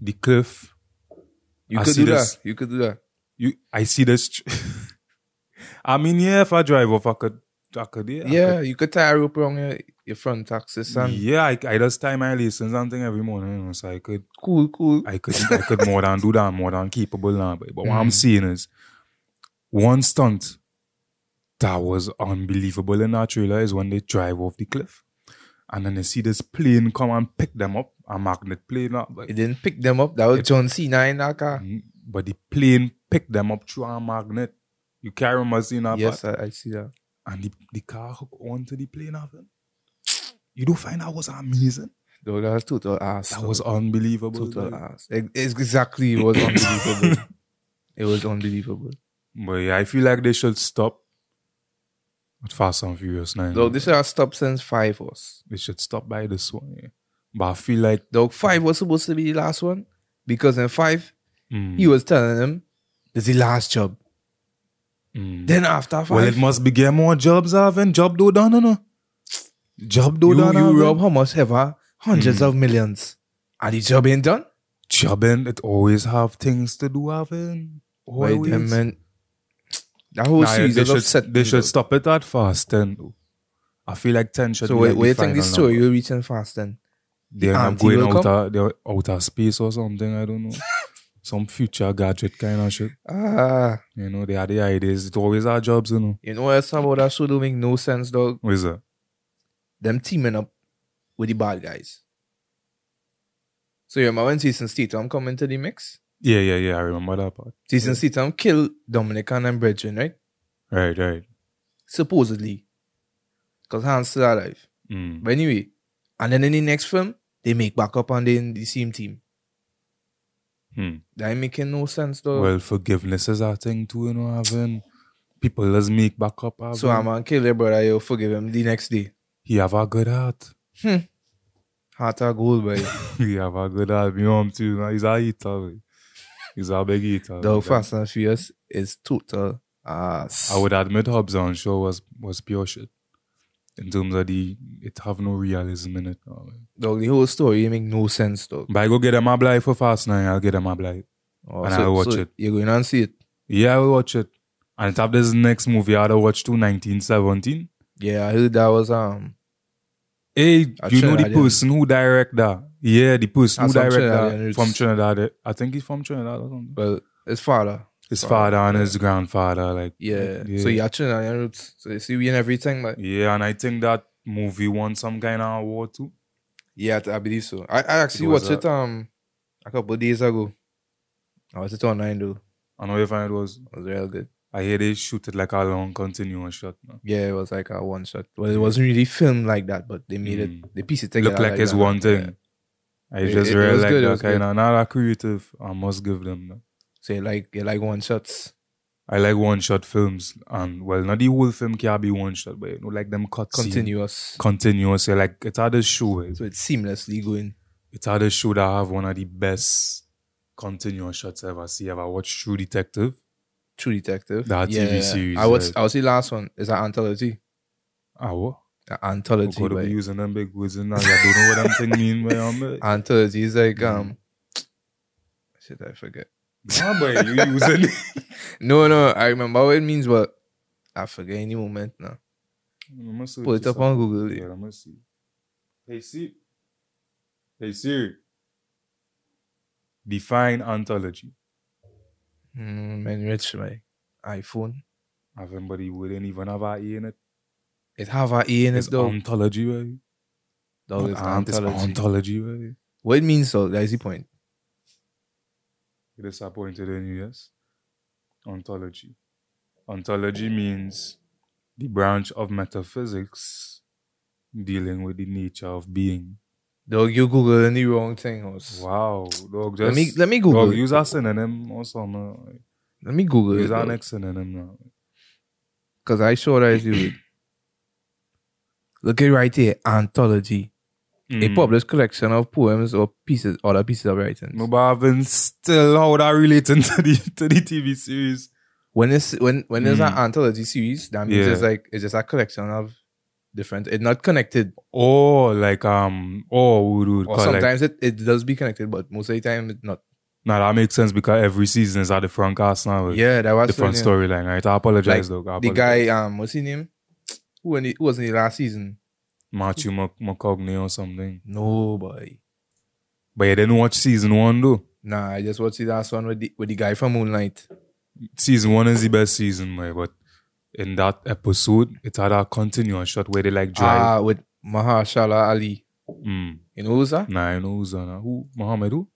Speaker 1: the cliff,
Speaker 2: You
Speaker 1: I
Speaker 2: could
Speaker 1: see
Speaker 2: do
Speaker 1: this.
Speaker 2: that. You could do that.
Speaker 1: You, I see this. Tr- I mean, yeah, if I drive off, I could, I could, yeah. I
Speaker 2: Yeah, Mm. you could tie a rope around your, your front taxes
Speaker 1: could,
Speaker 2: and
Speaker 1: yeah, I, I just tie my lace and something every morning, you know, so I could,
Speaker 2: cool, cool.
Speaker 1: I could, I could more than do that, I'm more than capable now. But, but what I'm
Speaker 2: Mhm.
Speaker 1: seeing is one stunt that was unbelievable in that trailer is when they drive off the cliff and then they see this plane come and pick them up and magnet plane up. Like,
Speaker 2: It didn't pick them up. That was John Cena in that car.
Speaker 1: Mm, but the plane picked them up through a magnet. You carry them as in a
Speaker 2: Yes, I, I see that.
Speaker 1: and the, the car hook onto the plane of them. You don't find that was amazing.
Speaker 2: Though that was total ass.
Speaker 1: That
Speaker 2: though.
Speaker 1: was unbelievable.
Speaker 2: total
Speaker 1: like.
Speaker 2: ass. Ex- ex- exactly. It was unbelievable. it was unbelievable.
Speaker 1: But yeah, I feel like they should stop with Fast and Furious 9.
Speaker 2: Though this is our stop since five was.
Speaker 1: they should stop by this one. Yeah. But I feel like
Speaker 2: Though five was supposed to be the last one because in five
Speaker 1: mm,
Speaker 2: he was telling him this is the last job.
Speaker 1: mm.
Speaker 2: Then after five,
Speaker 1: well, it must be get more jobs having job do done, no? Job do
Speaker 2: you,
Speaker 1: done.
Speaker 2: you
Speaker 1: having.
Speaker 2: rob how much ever hundreds of millions, and the job ain't done.
Speaker 1: Jobbing, it always have things to do having.
Speaker 2: Wait
Speaker 1: Always.
Speaker 2: a minute. That whole
Speaker 1: Nah,
Speaker 2: series
Speaker 1: they
Speaker 2: is
Speaker 1: should,
Speaker 2: upset.
Speaker 1: They
Speaker 2: me,
Speaker 1: should
Speaker 2: though.
Speaker 1: stop it at fast ten. though. I feel like ten should.
Speaker 2: So
Speaker 1: be
Speaker 2: where,
Speaker 1: like
Speaker 2: where you
Speaker 1: the
Speaker 2: think this
Speaker 1: final
Speaker 2: story
Speaker 1: number.
Speaker 2: will reach in fast then?
Speaker 1: They're not
Speaker 2: Auntie
Speaker 1: going
Speaker 2: will
Speaker 1: out
Speaker 2: come?
Speaker 1: of, they're outer space or something. I don't know. Some future gadget kind of shit.
Speaker 2: Ah,
Speaker 1: You know, they are the ideas. It always our jobs, you know.
Speaker 2: you know what else about that show don't make no sense, dog?
Speaker 1: What is that?
Speaker 2: Them teaming up with the bad guys. So you remember when Jason Statham come into the mix?
Speaker 1: Yeah, yeah, yeah. I remember that part.
Speaker 2: Jason
Speaker 1: Yeah.
Speaker 2: Statham killed Dominican and Bridgen, right?
Speaker 1: Right, right.
Speaker 2: Supposedly. Because Hans still alive.
Speaker 1: Mm.
Speaker 2: But anyway, and then in the next film, they make back up and they in the same team.
Speaker 1: Hmm.
Speaker 2: That ain't making no sense though.
Speaker 1: Well, forgiveness is a thing too, you know. Having people just make back up. Having,
Speaker 2: so I'm gonna kill your brother, you'll forgive him the next day.
Speaker 1: he have a good heart.
Speaker 2: Heart of gold, boy.
Speaker 1: he have a good heart. You know him too. You know? He's a eater. boy. He's a big eater.
Speaker 2: the
Speaker 1: boy.
Speaker 2: Fast and Furious is total ass.
Speaker 1: I would admit Hobbs on show was was pure shit. In terms of the it have no realism in it. no, man.
Speaker 2: Dog, the whole story make no sense, dog.
Speaker 1: But I go get a my blight for fast nine, I'll get a my blight.
Speaker 2: Oh,
Speaker 1: And I'll watch it.
Speaker 2: You're going and see it.
Speaker 1: Yeah, I'll watch it. And it have this next movie I had to watch too, 1917.
Speaker 2: Yeah, I heard that was um
Speaker 1: Hey,
Speaker 2: A
Speaker 1: you know the
Speaker 2: Trinidadian.
Speaker 1: person who direct that? Yeah, the person
Speaker 2: Ah,
Speaker 1: who
Speaker 2: some
Speaker 1: direct
Speaker 2: Trinidadian
Speaker 1: that
Speaker 2: roots.
Speaker 1: from Trinidad. eh? I think he's from Trinidad or something.
Speaker 2: well his father.
Speaker 1: His
Speaker 2: Father,
Speaker 1: father and his grandfather, like
Speaker 2: Yeah. So you're Trinidadian roots. So you see we and everything, like
Speaker 1: yeah, and I think that movie won some kind of award too.
Speaker 2: Yeah, I believe so. I, I actually
Speaker 1: It was uh,
Speaker 2: watched it um a couple of days ago.
Speaker 1: Oh,
Speaker 2: I watched it online though.
Speaker 1: I know if I it was
Speaker 2: It was real good.
Speaker 1: I hear they shoot it like a long continuous shot. No?
Speaker 2: Yeah, it was like a one shot. Well, it wasn't really filmed like that, but they made
Speaker 1: Mm.
Speaker 2: it. They pieced it
Speaker 1: Look
Speaker 2: together.
Speaker 1: like, it's
Speaker 2: that.
Speaker 1: one
Speaker 2: Yeah.
Speaker 1: thing. I
Speaker 2: It-
Speaker 1: just
Speaker 2: it- it
Speaker 1: really
Speaker 2: was
Speaker 1: like
Speaker 2: good, it
Speaker 1: that
Speaker 2: was
Speaker 1: kind
Speaker 2: good.
Speaker 1: of not that creative. I must give them. that.
Speaker 2: So you like you like one shots.
Speaker 1: I like one shot films, and well, not the whole film can be one shot, but you know, like them cuts.
Speaker 2: continuous.
Speaker 1: continuous. Yeah, like it's had a show. eh.
Speaker 2: So it's seamlessly going.
Speaker 1: It's had a show that have one of the best continuous shots I ever see. Ever watched True Detective?
Speaker 2: True Detective.
Speaker 1: That TV series,
Speaker 2: I was
Speaker 1: right.
Speaker 2: I was the last one. It's an anthology.
Speaker 1: Ah, what?
Speaker 2: An
Speaker 1: We
Speaker 2: anthology.
Speaker 1: could be
Speaker 2: Right?
Speaker 1: using them big words and that. I don't know what them thing mean, but I'm eh.
Speaker 2: Anthology is like um.
Speaker 1: Mm.
Speaker 2: Shit, I forget.
Speaker 1: Nah, boy, you using it.
Speaker 2: No, no, I remember what it means, but I forget any moment now.
Speaker 1: I'ma search
Speaker 2: Pull it
Speaker 1: this
Speaker 2: up on Google.
Speaker 1: Yeah, let me see. Hey Siri. Hey Siri. Define ontology.
Speaker 2: Mm, man, rich my iPhone.
Speaker 1: Have anybody wouldn't even have an E in it.
Speaker 2: It have a E in it
Speaker 1: It's
Speaker 2: though.
Speaker 1: ontology, right?
Speaker 2: Dog, it's
Speaker 1: Not ant, it's
Speaker 2: anthology.
Speaker 1: ontology, right?
Speaker 2: what it means though, that's the point.
Speaker 1: You're disappointed in you, yes? Ontology. Ontology means the branch of metaphysics dealing with the nature of being.
Speaker 2: Dog, you Google any wrong thing. House.
Speaker 1: Wow, dog. Just,
Speaker 2: Let me let me Google.
Speaker 1: dog,
Speaker 2: it.
Speaker 1: use our synonym or something.
Speaker 2: let me Google
Speaker 1: Use our
Speaker 2: it.
Speaker 1: next synonym now.
Speaker 2: Because I sure that is you. Look at right here, anthology. A
Speaker 1: Mm.
Speaker 2: published collection of poems or pieces, other pieces of writing.
Speaker 1: No, but I've been still how that relating to the to the TV series.
Speaker 2: When it's when when there's an
Speaker 1: Mm.
Speaker 2: anthology series, that means
Speaker 1: Yeah.
Speaker 2: it's like it's just a collection of different. It's not connected.
Speaker 1: Or like um, or we would
Speaker 2: Or
Speaker 1: call like
Speaker 2: sometimes it, it does be connected, but most of the time it's not.
Speaker 1: Now that makes sense because every season is a different cast now. with
Speaker 2: Yeah, that was
Speaker 1: Different
Speaker 2: funny.
Speaker 1: storyline, right? I apologize, though. I
Speaker 2: The
Speaker 1: apologize.
Speaker 2: guy, um, what's his name? Who, in the, who was in the last season?
Speaker 1: Matthew Mc- McCogney or something.
Speaker 2: Nobody.
Speaker 1: But you didn't watch season one, though.
Speaker 2: Nah, I just watched the last one with the with the guy from Moonlight.
Speaker 1: Season one is the best season, man. But in that episode, it had a continuous shot where they like drive.
Speaker 2: Ah, with Mahashala Ali.
Speaker 1: mm.
Speaker 2: You know who's that?
Speaker 1: Nah, you know who's on that? Who? Muhammad who?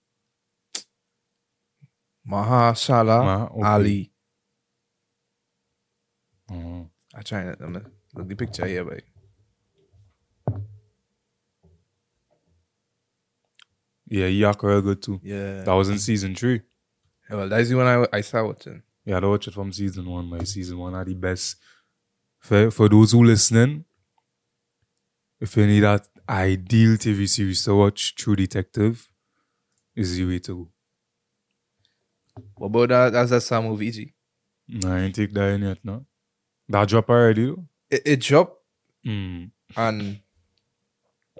Speaker 2: Mahashala
Speaker 1: Ma- okay.
Speaker 2: Ah, Ali.
Speaker 1: Uh-huh.
Speaker 2: I try not to look the picture here, but
Speaker 1: Yeah, he act real good too.
Speaker 2: yeah.
Speaker 1: That was in season three.
Speaker 2: Well, that's the one I, I started watching.
Speaker 1: Yeah, I watched it from season one. My season one are the best. For, for those who listening, if you need that ideal TV series to watch, True Detective is the way to go.
Speaker 2: What about that? That's that Sam movie, G.
Speaker 1: Nah, I ain't take that in yet, no. That drop already, though.
Speaker 2: It, it dropped
Speaker 1: Mm.
Speaker 2: and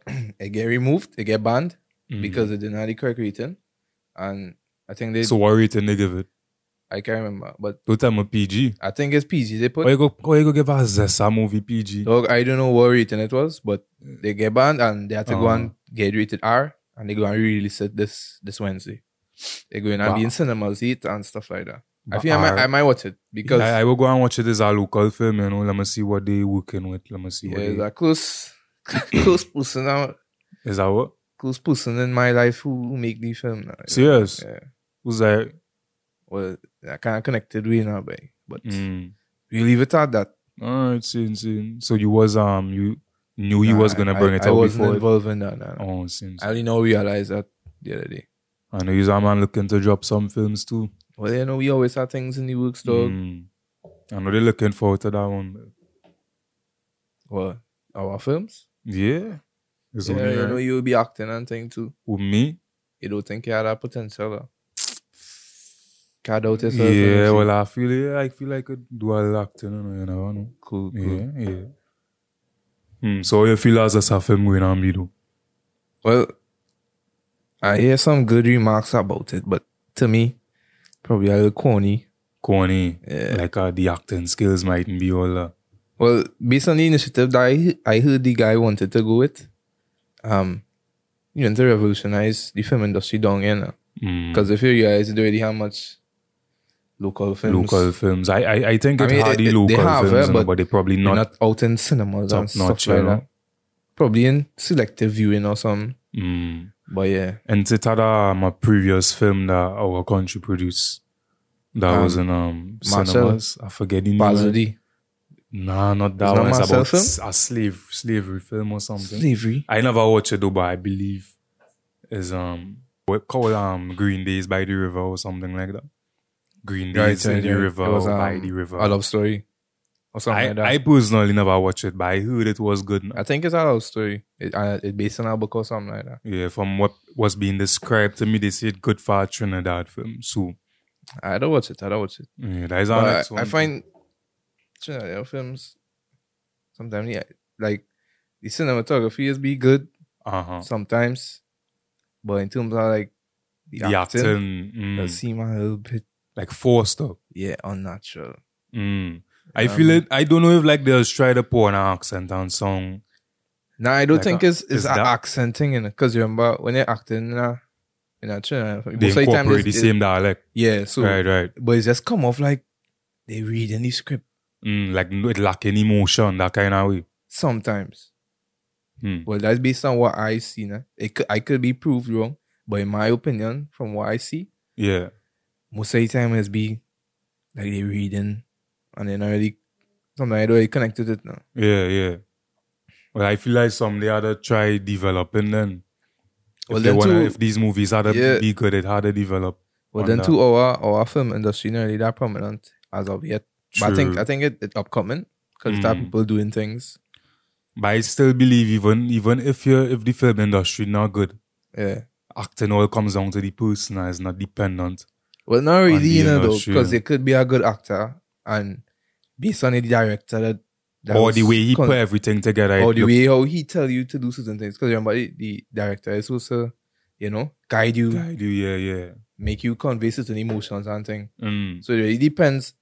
Speaker 2: it get removed, it get banned
Speaker 1: mm.
Speaker 2: because it didn't have the correct rating. And I think they,
Speaker 1: so what rating they give it?
Speaker 2: I can't remember, but
Speaker 1: Don't tell me PG.
Speaker 2: I think it's PG. They put
Speaker 1: Why you go? Why you go give us a Zessa movie PG?
Speaker 2: Dog, I don't know what rating it was, but they get banned and they had to go
Speaker 1: Uh-huh.
Speaker 2: and get rated R and they go and release it this this Wednesday. They go in and be
Speaker 1: Wow.
Speaker 2: in cinemas, eat and stuff like that. I
Speaker 1: But
Speaker 2: think I might,
Speaker 1: R-
Speaker 2: I might watch it because
Speaker 1: I,
Speaker 2: yeah,
Speaker 1: I will go and watch it as a local film, you know. Let me see what they working with. Let me see what
Speaker 2: there's
Speaker 1: they,
Speaker 2: a close close person now,
Speaker 1: is that what?
Speaker 2: close person in my life who, who make the film now. you know?
Speaker 1: Serious?
Speaker 2: Yeah.
Speaker 1: Who's that?
Speaker 2: Well, I can't connected we now, but but
Speaker 1: Mm.
Speaker 2: we leave it at that.
Speaker 1: All right, sin, sin. So you was um you knew he was
Speaker 2: Nah,
Speaker 1: gonna
Speaker 2: I-
Speaker 1: bring it
Speaker 2: I,
Speaker 1: out
Speaker 2: wasn't
Speaker 1: before. it-
Speaker 2: involved in that. nah, nah.
Speaker 1: Oh, sin.
Speaker 2: I only now realized that the other day.
Speaker 1: I know he's a man looking to drop some films too.
Speaker 2: Well, you know, we always have things in the works, dog.
Speaker 1: Mm. I know they're looking forward to that one.
Speaker 2: Well, our films.
Speaker 1: Yeah, it's
Speaker 2: Yeah,
Speaker 1: only
Speaker 2: you know
Speaker 1: right.
Speaker 2: you'll be acting and thing too.
Speaker 1: with me.
Speaker 2: You don't think you have that potential. Though. Can't doubt yourself.
Speaker 1: Yeah,
Speaker 2: innit?
Speaker 1: well, I feel yeah, I feel I could do a lot, you know, you never know.
Speaker 2: cool, cool.
Speaker 1: Yeah, yeah. Hmm, so how you feel as a film going on, Bido?
Speaker 2: Well, I hear some good remarks about it, but to me, probably a little corny.
Speaker 1: Corny.
Speaker 2: Yeah.
Speaker 1: Like uh, the acting skills mightn't be all uh, that.
Speaker 2: Well, based on the initiative that I, I heard the guy wanted to go with, um, you know, to revolutionize the film industry down here now.
Speaker 1: Mm.
Speaker 2: Because if you realize it already how much local films
Speaker 1: Local films. I I, I think
Speaker 2: I
Speaker 1: it
Speaker 2: mean,
Speaker 1: had
Speaker 2: it-
Speaker 1: the
Speaker 2: it- they
Speaker 1: local
Speaker 2: have,
Speaker 1: films,
Speaker 2: eh,
Speaker 1: you know,
Speaker 2: but
Speaker 1: but they probably
Speaker 2: They're
Speaker 1: not.
Speaker 2: not out in cinemas and
Speaker 1: Top
Speaker 2: stuff
Speaker 1: notch,
Speaker 2: like
Speaker 1: you know.
Speaker 2: that. Probably in selective viewing or something.
Speaker 1: Mm.
Speaker 2: But yeah,
Speaker 1: And it had um, a previous film that our country produced. That
Speaker 2: Um,
Speaker 1: was in um,
Speaker 2: Marcel.
Speaker 1: cinemas. I forget the name.
Speaker 2: Basel D.
Speaker 1: Nah, not
Speaker 2: It's
Speaker 1: that
Speaker 2: not
Speaker 1: one. It's
Speaker 2: Marcel
Speaker 1: about
Speaker 2: film?
Speaker 1: s- a slave slavery film or something.
Speaker 2: Slavery.
Speaker 1: I never watched it though, but I believe is um what called um Green Days by the River or something like that. Green
Speaker 2: Right,
Speaker 1: Days by
Speaker 2: right,
Speaker 1: the
Speaker 2: right.
Speaker 1: River
Speaker 2: It was,
Speaker 1: or by
Speaker 2: um,
Speaker 1: the River.
Speaker 2: A love story. Or something
Speaker 1: I,
Speaker 2: like that.
Speaker 1: I
Speaker 2: I,
Speaker 1: personally never watched it, but I heard it was good.
Speaker 2: think it's a love story. It, uh, it based on a book or something like that.
Speaker 1: Yeah, from what was being described to me, they said good for a Trinidad film. So
Speaker 2: I don't watch it. I don't watch it.
Speaker 1: yeah, that is our
Speaker 2: But
Speaker 1: next
Speaker 2: I,
Speaker 1: one.
Speaker 2: I find Trinidad films sometimes, yeah, like the cinematography is be good
Speaker 1: uh-huh.
Speaker 2: sometimes. But in terms of like the,
Speaker 1: the
Speaker 2: acting,
Speaker 1: acting, mm,
Speaker 2: it seems a little bit,
Speaker 1: like forced up.
Speaker 2: yeah, unnatural.
Speaker 1: Mm. I
Speaker 2: Um,
Speaker 1: feel it. I don't know if like they'll try to put an accent on song.
Speaker 2: Nah, I don't
Speaker 1: Like uh,
Speaker 2: think
Speaker 1: a-
Speaker 2: it's it's
Speaker 1: is
Speaker 2: an
Speaker 1: that-
Speaker 2: accent thing, you know, because remember when you're acting in a in a Trinidad,
Speaker 1: They
Speaker 2: most of the time
Speaker 1: incorporate the
Speaker 2: it's-
Speaker 1: same dialect.
Speaker 2: it- yeah. So,
Speaker 1: right, right.
Speaker 2: but it's just come off like they read in the script
Speaker 1: Mm, like no- it lacking emotion, that kind of way.
Speaker 2: sometimes.
Speaker 1: Mm.
Speaker 2: Well, that's based on what I see. Nah. It could, I could be proved wrong, but in my opinion, from what I see,
Speaker 1: Yeah.
Speaker 2: most of the time it's be like they reading, and then I really sometimes I don't really connect with it now.
Speaker 1: Yeah, yeah. Well, I feel like some they had to try developing then.
Speaker 2: Well,
Speaker 1: if, they
Speaker 2: then
Speaker 1: wanna,
Speaker 2: too-
Speaker 1: if these movies had to
Speaker 2: Yeah.
Speaker 1: be good, it had to develop.
Speaker 2: Well,
Speaker 1: on
Speaker 2: then
Speaker 1: that.
Speaker 2: too, our our film industry not really that prominent as of yet. But I think
Speaker 1: True.
Speaker 2: I think it, it upcoming because it's that
Speaker 1: Mm.
Speaker 2: people doing things.
Speaker 1: But I still believe even even if you if the film industry not good,
Speaker 2: Yeah.
Speaker 1: acting all comes down to the person and it's not dependent.
Speaker 2: Well, not
Speaker 1: the
Speaker 2: really, you know, though,
Speaker 1: industry,
Speaker 2: because
Speaker 1: yeah.
Speaker 2: they could be a good actor and based on the director that, that
Speaker 1: or
Speaker 2: was
Speaker 1: the way he
Speaker 2: con-
Speaker 1: put everything together. it
Speaker 2: or the
Speaker 1: look-
Speaker 2: way how he tell you to do certain things. Because remember, the, the director is also, you know, guide you,
Speaker 1: I do, yeah, yeah.
Speaker 2: make you convey certain emotions and things.
Speaker 1: Mm.
Speaker 2: So it really depends.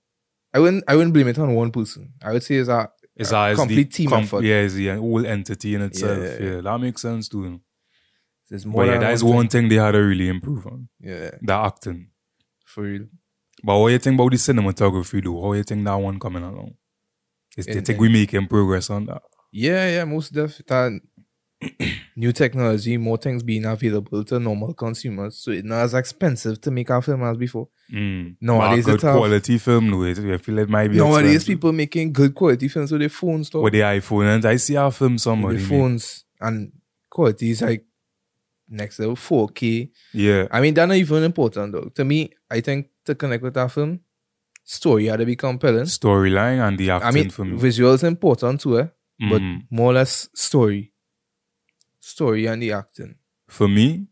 Speaker 2: I wouldn't I wouldn't blame it on one person. I would say it's a
Speaker 1: It's
Speaker 2: A
Speaker 1: a
Speaker 2: complete team effort.
Speaker 1: Yeah, it's the whole entity in itself. Yeah,
Speaker 2: yeah, yeah.
Speaker 1: that makes sense too.
Speaker 2: it's more
Speaker 1: But yeah,
Speaker 2: than
Speaker 1: that is
Speaker 2: thing.
Speaker 1: one thing they had to really improve on.
Speaker 2: Yeah,
Speaker 1: The acting.
Speaker 2: for real.
Speaker 1: But what you think about the cinematography though? How you think that one coming along? Is do you
Speaker 2: And-
Speaker 1: think we making progress on that?
Speaker 2: Yeah, yeah, most definitely. new technology, more things being available to normal consumers, so it's not as expensive to make a film as before.
Speaker 1: Mm.
Speaker 2: Nowadays
Speaker 1: but a
Speaker 2: it's
Speaker 1: good
Speaker 2: tough.
Speaker 1: quality film though. it- I feel it might be
Speaker 2: Nowadays,
Speaker 1: expensive.
Speaker 2: people making good quality films with their phones, though.
Speaker 1: with the iPhone and I see our film somewhere.
Speaker 2: Oh. With their phones and quality is like next level 4K.
Speaker 1: Yeah.
Speaker 2: I mean, that not even important, though. To me, I think to connect with that film, story had to be compelling.
Speaker 1: Storyline and the acting
Speaker 2: I mean,
Speaker 1: for me.
Speaker 2: visuals important too, eh? but
Speaker 1: Mm.
Speaker 2: more or less story, story and the acting.
Speaker 1: for me,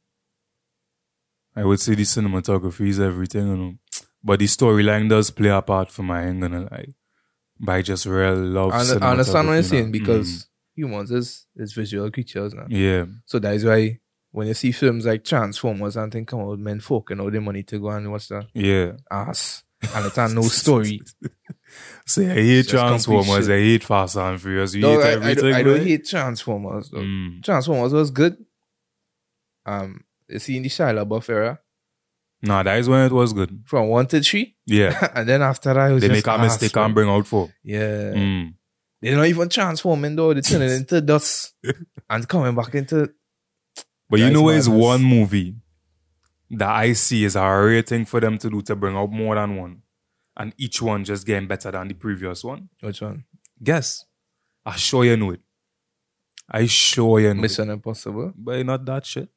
Speaker 1: I would say the cinematography is everything, you know. But the storyline does play a part for my ain't gonna lie. By just real love.
Speaker 2: I, under- I understand what you're
Speaker 1: cinematography now.
Speaker 2: saying because humans is is visual creatures now.
Speaker 1: Mm. yeah,
Speaker 2: So that is why when you see films like Transformers and things come out, men folk and all the money to go and watch that
Speaker 1: yeah.
Speaker 2: ass. And it's a no story.
Speaker 1: So I hate
Speaker 2: It's just complete
Speaker 1: Transformers,
Speaker 2: shit.
Speaker 1: I hate Fast and Furious, you
Speaker 2: no,
Speaker 1: hate
Speaker 2: I, I,
Speaker 1: everything.
Speaker 2: don't, I don't
Speaker 1: right?
Speaker 2: hate Transformers. Though.
Speaker 1: Mm.
Speaker 2: Transformers was good. Um, you see in the Shia LaBeouf era
Speaker 1: Nah, that is when it was good.
Speaker 2: from one to three,
Speaker 1: Yeah.
Speaker 2: and then after that, it was
Speaker 1: they
Speaker 2: just
Speaker 1: make a
Speaker 2: ass,
Speaker 1: mistake
Speaker 2: bro.
Speaker 1: and bring out four.
Speaker 2: Yeah.
Speaker 1: Mm.
Speaker 2: They're not even transforming though. They turning into dust and coming back into.
Speaker 1: But
Speaker 2: That
Speaker 1: you
Speaker 2: is
Speaker 1: know what is
Speaker 2: madness.
Speaker 1: one movie that I see is a rare thing for them to do to bring out more than one. And each one just getting better than the previous one.
Speaker 2: Which one?
Speaker 1: Guess. I sure you know it. I sure you know it.
Speaker 2: Mission Impossible.
Speaker 1: But not that shit.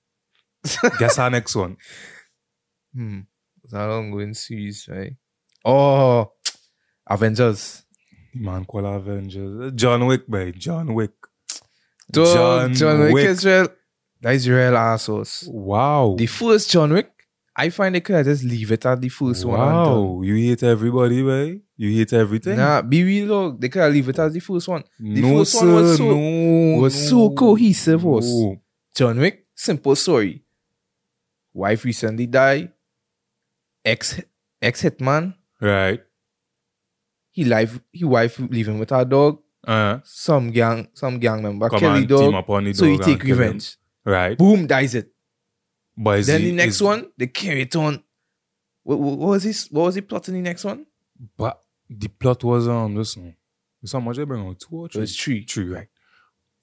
Speaker 1: Guess our next one.
Speaker 2: Hmm. It's an ongoing series, right? Oh, Avengers.
Speaker 1: Man, call Avengers. John Wick, boy. John Wick.
Speaker 2: Dog,
Speaker 1: John Wick.
Speaker 2: is real. That is real assholes.
Speaker 1: Wow.
Speaker 2: The first John Wick, I find they could have just leave it at the first one. and done.
Speaker 1: Wow. You hate everybody, boy. You hate everything.
Speaker 2: Nah, be real, dog. They could have leave it at the first one. the
Speaker 1: no,
Speaker 2: first
Speaker 1: sir.
Speaker 2: one was so-
Speaker 1: no,
Speaker 2: was
Speaker 1: no.
Speaker 2: so cohesive, was.
Speaker 1: No.
Speaker 2: John Wick, simple story. Wife recently died. Ex ex hitman.
Speaker 1: Right.
Speaker 2: He life he wife living with her dog.
Speaker 1: Uh,
Speaker 2: Some gang some gang member
Speaker 1: come
Speaker 2: kill the
Speaker 1: and team
Speaker 2: dog.
Speaker 1: up on the
Speaker 2: So he
Speaker 1: dog and
Speaker 2: take
Speaker 1: kill him.
Speaker 2: revenge.
Speaker 1: Right.
Speaker 2: Boom, dies it.
Speaker 1: But is
Speaker 2: then
Speaker 1: he-
Speaker 2: the next
Speaker 1: is-
Speaker 2: one, they carry it on. What, what what was his what was he plotting the next one?
Speaker 1: But the plot was um listen. It's how much they bring out two or
Speaker 2: It
Speaker 1: three.
Speaker 2: was three.
Speaker 1: Three, right.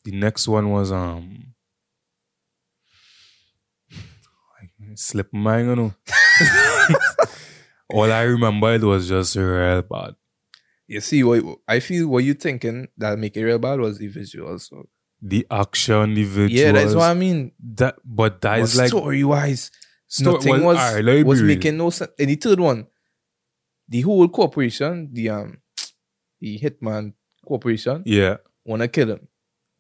Speaker 1: The next one was um I slip my you know. All I remember it was just real bad.
Speaker 2: You see, what I feel what you thinking that make it real bad was the visuals. So.
Speaker 1: The action, the visuals.
Speaker 2: Yeah, that's what I mean.
Speaker 1: that but that is like
Speaker 2: story wise,
Speaker 1: Sto-
Speaker 2: nothing
Speaker 1: well,
Speaker 2: was
Speaker 1: alright, let me
Speaker 2: was
Speaker 1: be real.
Speaker 2: making no sense. And the third one, the whole corporation, the um, the hitman corporation,
Speaker 1: Yeah.
Speaker 2: wanna kill him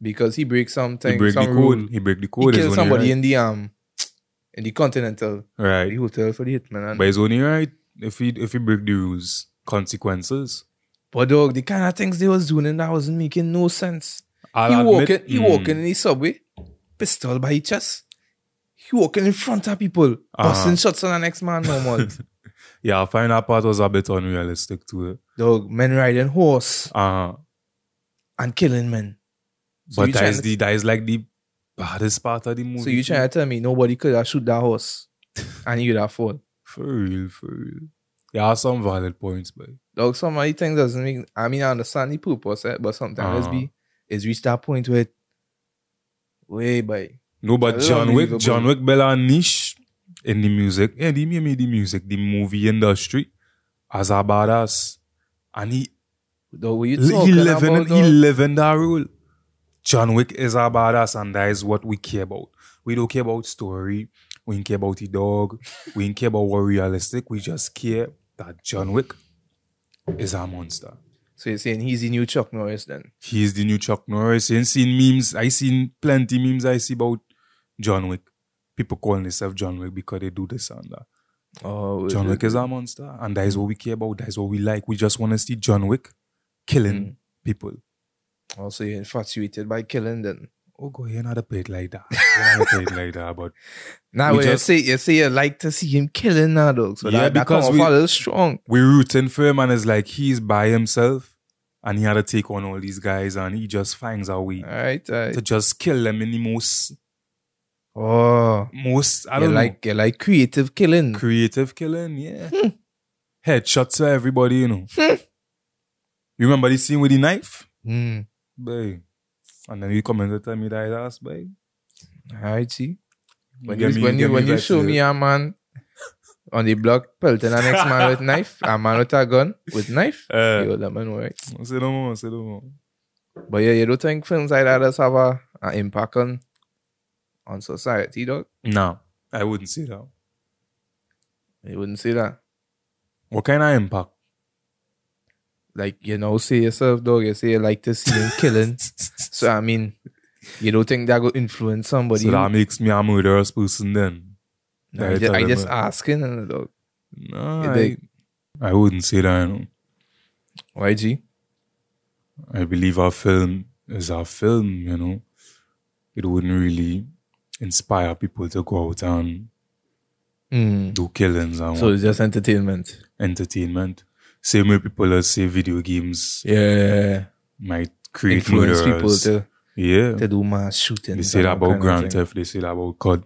Speaker 2: because he breaks something.
Speaker 1: He break the
Speaker 2: some
Speaker 1: code.
Speaker 2: rule.
Speaker 1: He break the
Speaker 2: He
Speaker 1: code. is
Speaker 2: kills
Speaker 1: only
Speaker 2: somebody in the um, in the continental,
Speaker 1: right.
Speaker 2: the
Speaker 1: right.
Speaker 2: hotel for the hitman. And,
Speaker 1: But it's only right if he if he break the rules, consequences.
Speaker 2: but dog, the kind of things they was doing and that wasn't making no sense.
Speaker 1: I'll
Speaker 2: he
Speaker 1: admit-
Speaker 2: walking, he
Speaker 1: Mm.
Speaker 2: walking in the subway, pistol by his chest. He walking in front of people,
Speaker 1: Ah.
Speaker 2: busting shots on the next man normal.
Speaker 1: Yeah, I find that part was a bit unrealistic to it.
Speaker 2: Dog, men riding horse
Speaker 1: Uh,
Speaker 2: and killing men. So
Speaker 1: but
Speaker 2: you
Speaker 1: that
Speaker 2: trying
Speaker 1: is
Speaker 2: to-
Speaker 1: the that is like the baddest part of the movie.
Speaker 2: So you
Speaker 1: too.
Speaker 2: trying to tell me nobody could have shoot that horse and you would have fall.
Speaker 1: for real, for real. There are some valid points, but
Speaker 2: Dog, some of these things doesn't make I mean I understand the purpose, eh, but sometimes it's
Speaker 1: Uh-huh.
Speaker 2: be it's reached that point where it- way by
Speaker 1: no, but
Speaker 2: That's
Speaker 1: John Wick,
Speaker 2: unbelievable.
Speaker 1: John Wick, Bella niche in the music, yeah, the me the music, the movie industry as a badass, and he
Speaker 2: dog, what you
Speaker 1: he
Speaker 2: talking
Speaker 1: living
Speaker 2: about,
Speaker 1: he
Speaker 2: dog?
Speaker 1: living that role. John Wick is a badass, and that is what we care about. We don't care about story. We don't care about the dog. we don't care about what realistic. We just care that John Wick is a monster.
Speaker 2: So you're saying he's the new Chuck Norris then.
Speaker 1: He is the new Chuck Norris. And seen memes, I seen plenty memes I see about John Wick. People calling themselves John Wick because they do this and that.
Speaker 2: Oh
Speaker 1: John Wick is a monster, and that is what we care about. That is what we like. We just want to see John Wick killing people.
Speaker 2: oh, also you're infatuated by killing then.
Speaker 1: oh go you're not a paid like that. You're not a paid like that, but
Speaker 2: Now
Speaker 1: We
Speaker 2: you
Speaker 1: just-
Speaker 2: say you say you like to see him killing now, dog. So
Speaker 1: Yeah,
Speaker 2: that, that
Speaker 1: because
Speaker 2: come
Speaker 1: we-
Speaker 2: off a little strong.
Speaker 1: we're rooting for him and it's like he's by himself and he had to take on all these guys and he just finds a way
Speaker 2: All right, all right.
Speaker 1: to just kill them in the most
Speaker 2: Oh,
Speaker 1: most I
Speaker 2: you
Speaker 1: don't know
Speaker 2: like you like creative killing.
Speaker 1: creative killing, yeah. Headshots to everybody, you know. you remember the scene with the knife?
Speaker 2: Hmm.
Speaker 1: Babe. And then he come in to tell me that his ass, babe.
Speaker 2: All right, see.
Speaker 1: You
Speaker 2: When
Speaker 1: get
Speaker 2: you,
Speaker 1: me-
Speaker 2: when
Speaker 1: get
Speaker 2: you, when you
Speaker 1: back
Speaker 2: show
Speaker 1: to-
Speaker 2: me a man on the block pelting an ex man with knife, a man with a gun with knife,
Speaker 1: Uh,
Speaker 2: yo, that man alright.
Speaker 1: Say no more, say no more.
Speaker 2: But yeah, you don't think films like that does have a, an impact on on society, dog?
Speaker 1: No, I wouldn't say that.
Speaker 2: You wouldn't say that.
Speaker 1: What kind of impact?
Speaker 2: Like you know, say yourself, dog. You say you like to see him killing. So I mean, you don't think that will influence somebody?
Speaker 1: so that makes me a murderous person then.
Speaker 2: No,
Speaker 1: Yeah,
Speaker 2: I
Speaker 1: it's
Speaker 2: just,
Speaker 1: a
Speaker 2: I
Speaker 1: good
Speaker 2: just
Speaker 1: one.
Speaker 2: asking, uh, dog.
Speaker 1: No,
Speaker 2: You
Speaker 1: I,
Speaker 2: dig?
Speaker 1: I wouldn't say that. You know.
Speaker 2: YG.
Speaker 1: I believe our film is our film, you know. It wouldn't really inspire people to go out and
Speaker 2: Mm.
Speaker 1: do killings and
Speaker 2: So it's just entertainment.
Speaker 1: entertainment. Same way people that say video games
Speaker 2: Yeah,
Speaker 1: might create
Speaker 2: influence people
Speaker 1: murderers.
Speaker 2: to,
Speaker 1: yeah.
Speaker 2: to do mass shootings.
Speaker 1: They say
Speaker 2: and
Speaker 1: that
Speaker 2: all
Speaker 1: about
Speaker 2: kind of
Speaker 1: Grand
Speaker 2: thing.
Speaker 1: Theft, they say that about COD,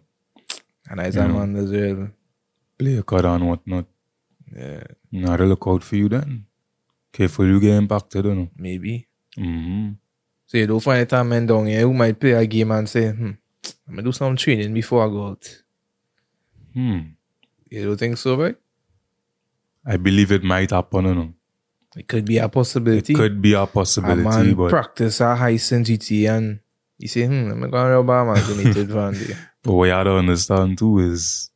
Speaker 2: and I
Speaker 1: you know.
Speaker 2: man as well.
Speaker 1: player COD and whatnot.
Speaker 2: Yeah,
Speaker 1: Now they look out for you then. Careful you get impacted, you know.
Speaker 2: maybe.
Speaker 1: Mm-hmm.
Speaker 2: So you don't find a time man down here who might play a game and say, "Hmm, I'm gonna do some training before I go out."
Speaker 1: Hmm.
Speaker 2: You don't think so, right?
Speaker 1: I believe it might happen, you know.
Speaker 2: It could be a possibility.
Speaker 1: Could be a
Speaker 2: a
Speaker 1: possibility,
Speaker 2: man
Speaker 1: but
Speaker 2: practice a high sensitivity and he say, "Hmm, I'm gonna rob a man donated van there."
Speaker 1: But what you have to understand too is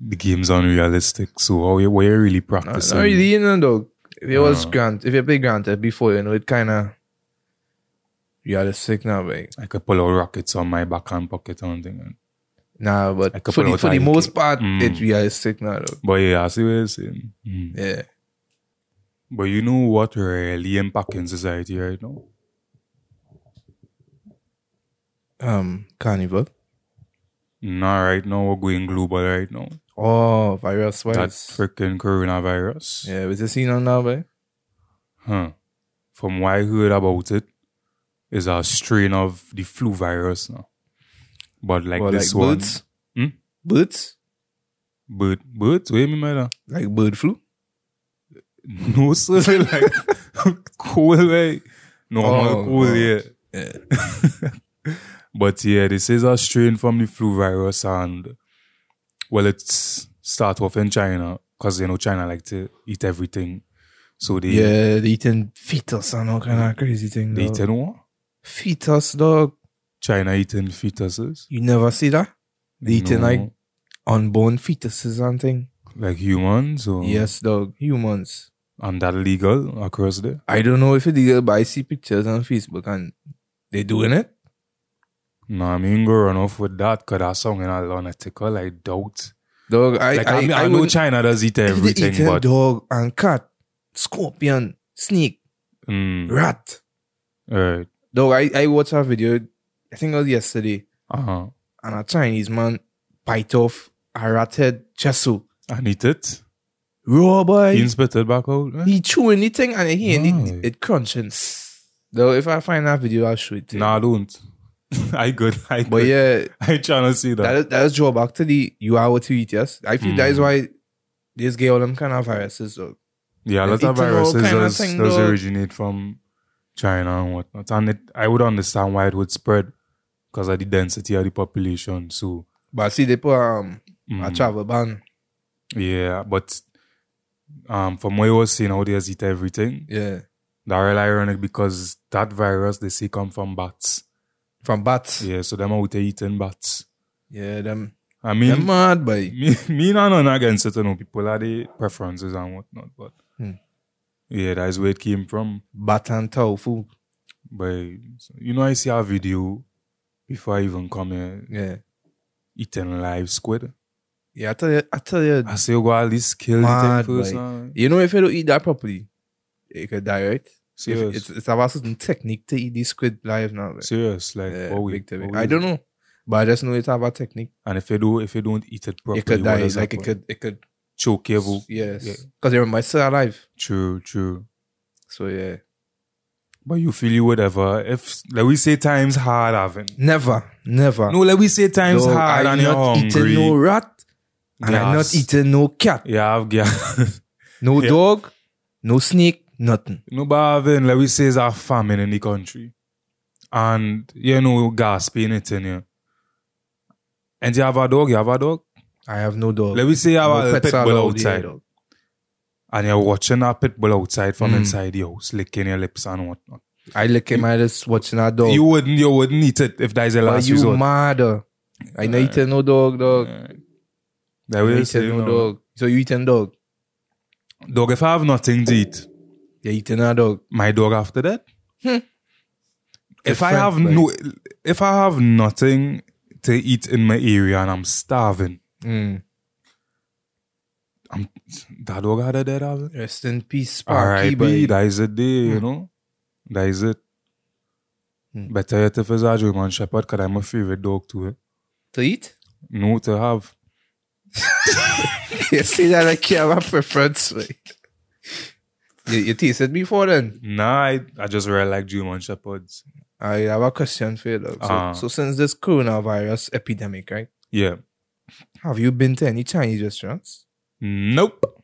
Speaker 1: the game's unrealistic. So how you, what you really
Speaker 2: No, not
Speaker 1: practicing?
Speaker 2: really, you know, dog. If it was
Speaker 1: Uh.
Speaker 2: Grant, if you play Grant Theft before, you know, it kind of realistic now, right?
Speaker 1: I could pull out rockets on my backhand pocket and thing. and-
Speaker 2: Nah,
Speaker 1: I
Speaker 2: but
Speaker 1: could
Speaker 2: for
Speaker 1: pull
Speaker 2: the,
Speaker 1: out
Speaker 2: for the
Speaker 1: IK.
Speaker 2: most part,
Speaker 1: Mm.
Speaker 2: it's realistic now, dog.
Speaker 1: But yeah, I see what you're saying. Mm.
Speaker 2: Yeah.
Speaker 1: But you know what really impacting society right now?
Speaker 2: Um, Carnival.
Speaker 1: Not right now. We're going global right now.
Speaker 2: Oh, virus
Speaker 1: That
Speaker 2: wise.
Speaker 1: freaking coronavirus.
Speaker 2: Yeah, was it seen on now, right?
Speaker 1: Huh. From what I heard about it, is a strain of the flu virus now. But like
Speaker 2: Or
Speaker 1: this
Speaker 2: like
Speaker 1: one,
Speaker 2: birds?
Speaker 1: Hmm?
Speaker 2: Birds?
Speaker 1: bird, birds. What do you mean by that?
Speaker 2: Like bird flu?
Speaker 1: No, sir. like cool, like normal
Speaker 2: Oh,
Speaker 1: cool,
Speaker 2: God.
Speaker 1: yeah.
Speaker 2: Yeah.
Speaker 1: But yeah, this is a strain from the flu virus, and well, it's start off in China because you know China like to eat everything, so they
Speaker 2: Yeah, they eating fetus and all kind of crazy thing.
Speaker 1: they
Speaker 2: Dog.
Speaker 1: eating what?
Speaker 2: fetus, dog.
Speaker 1: China eating fetuses.
Speaker 2: You never see that? They eating
Speaker 1: No,
Speaker 2: like unborn fetuses and thing.
Speaker 1: like humans, or
Speaker 2: Yes, dog. Humans.
Speaker 1: and that legal across there.
Speaker 2: I don't know if it legal, but I see pictures on Facebook and they doing it.
Speaker 1: No, I mean go run off with that because that's something I lunatical. I doubt.
Speaker 2: Dog, I
Speaker 1: Like I,
Speaker 2: I,
Speaker 1: mean,
Speaker 2: I,
Speaker 1: I, know
Speaker 2: wouldn't-
Speaker 1: China does eat
Speaker 2: if they
Speaker 1: everything,
Speaker 2: eating
Speaker 1: but
Speaker 2: dog and cat, scorpion, snake,
Speaker 1: mm,
Speaker 2: rat.
Speaker 1: right,
Speaker 2: Dog, I, I watched a video, I think it was yesterday,
Speaker 1: uh huh.
Speaker 2: and a Chinese man bite off a rat head just so.
Speaker 1: And eat it.
Speaker 2: Raw boy.
Speaker 1: He inspected back out. eh?
Speaker 2: He chewing the thing and he and
Speaker 1: Right.
Speaker 2: it, it crunching. Though if I find that video, I'll show it to you.
Speaker 1: Nah, I don't. I good. I good.
Speaker 2: But yeah,
Speaker 1: I trying to see that.
Speaker 2: that is, that is drawback to the you are what you eat, yes. I feel that is
Speaker 1: Mm.
Speaker 2: why this get all them kind of viruses though.
Speaker 1: yeah, a lot
Speaker 2: eating all
Speaker 1: of viruses
Speaker 2: kind of
Speaker 1: does,
Speaker 2: thing,
Speaker 1: does
Speaker 2: dog.
Speaker 1: originate from China and whatnot. And it, I would understand why it would spread because of the density of the population. So,
Speaker 2: But see they put um a
Speaker 1: mm,
Speaker 2: travel ban.
Speaker 1: yeah, but um, from what you was saying, how they just eat everything,
Speaker 2: Yeah.
Speaker 1: that real ironic because that virus they say come from bats.
Speaker 2: From bats. Yeah,
Speaker 1: Yeah, so them out there eating bats.
Speaker 2: them
Speaker 1: I
Speaker 2: them
Speaker 1: mean,
Speaker 2: mad by
Speaker 1: me, me not none against it, you know, people had their preferences and whatnot, but
Speaker 2: Hmm.
Speaker 1: yeah, that's where it came from.
Speaker 2: bat and tofu.
Speaker 1: But you know, I see a video before I even come here
Speaker 2: Yeah.
Speaker 1: eating live squid.
Speaker 2: Yeah, I tell you I tell you
Speaker 1: I say, go at least kill the
Speaker 2: Mad,
Speaker 1: thing first.
Speaker 2: boy.
Speaker 1: now."
Speaker 2: you know if you don't eat that properly, you could die, right?
Speaker 1: Serious.
Speaker 2: It's, it's about certain technique to eat these squid live now. Like,
Speaker 1: Serious. Like
Speaker 2: yeah,
Speaker 1: what we,
Speaker 2: big time.
Speaker 1: what we
Speaker 2: I
Speaker 1: do.
Speaker 2: don't know, but I just know it's about technique.
Speaker 1: And if you do if you don't eat it properly,
Speaker 2: it could
Speaker 1: what
Speaker 2: die,
Speaker 1: does
Speaker 2: like it
Speaker 1: happen?
Speaker 2: could, it could.
Speaker 1: choke you. boo.
Speaker 2: Yes,
Speaker 1: Yeah.
Speaker 2: because they're might still alive.
Speaker 1: True, true.
Speaker 2: So yeah,
Speaker 1: But you feel you whatever. If like we say times hard, having
Speaker 2: never, never.
Speaker 1: no, like we say times
Speaker 2: Dog,
Speaker 1: hard
Speaker 2: I
Speaker 1: and you're
Speaker 2: not
Speaker 1: hungry.
Speaker 2: eating no rat, and I'm not
Speaker 1: Gas.
Speaker 2: eating no cat,
Speaker 1: Yeah, I've gas.
Speaker 2: no
Speaker 1: Yeah.
Speaker 2: dog, no snake, nothing.
Speaker 1: no, but having like we say, is a famine in the country, and you know gas being it in you. And you have a dog, you have a dog.
Speaker 2: I have no dog.
Speaker 1: Let me say you have
Speaker 2: no
Speaker 1: a
Speaker 2: pets
Speaker 1: pit
Speaker 2: are
Speaker 1: bull
Speaker 2: allowed here,
Speaker 1: outside,
Speaker 2: dog.
Speaker 1: and you're watching a pit bull outside from
Speaker 2: Mm.
Speaker 1: inside the house, licking your lips and whatnot.
Speaker 2: I look at my just watching a dog.
Speaker 1: You wouldn't, you wouldn't eat it if that is the
Speaker 2: But
Speaker 1: last
Speaker 2: you
Speaker 1: resort.
Speaker 2: mad? uh. I not eating no dog, dog.
Speaker 1: That
Speaker 2: I
Speaker 1: will
Speaker 2: eating
Speaker 1: say,
Speaker 2: no
Speaker 1: you know,
Speaker 2: dog. So you eating dog?
Speaker 1: Dog, if I have nothing to eat,
Speaker 2: You eating a dog?
Speaker 1: my dog after that. if I
Speaker 2: Different,
Speaker 1: have
Speaker 2: like-
Speaker 1: no, if I have nothing to eat in my area and I'm starving,
Speaker 2: Mm.
Speaker 1: I'm that dog had a dead oven.
Speaker 2: Rest in peace, Sparky.
Speaker 1: R.I.P.
Speaker 2: boy.
Speaker 1: That is a day, you
Speaker 2: Hmm.
Speaker 1: know. That is it.
Speaker 2: Hmm.
Speaker 1: Better yet if it's a German Shepherd, cause I'm a favorite dog too. Eh?
Speaker 2: To eat?
Speaker 1: No to have.
Speaker 2: you say that like you have a preference. boy. you, you tasted before then.
Speaker 1: Nah, I, I just really like German Shepherds.
Speaker 2: I have a question for you, dog. So,
Speaker 1: Ah.
Speaker 2: so since this coronavirus epidemic, right?
Speaker 1: Yeah.
Speaker 2: Have you been to any Chinese restaurants?
Speaker 1: Nope.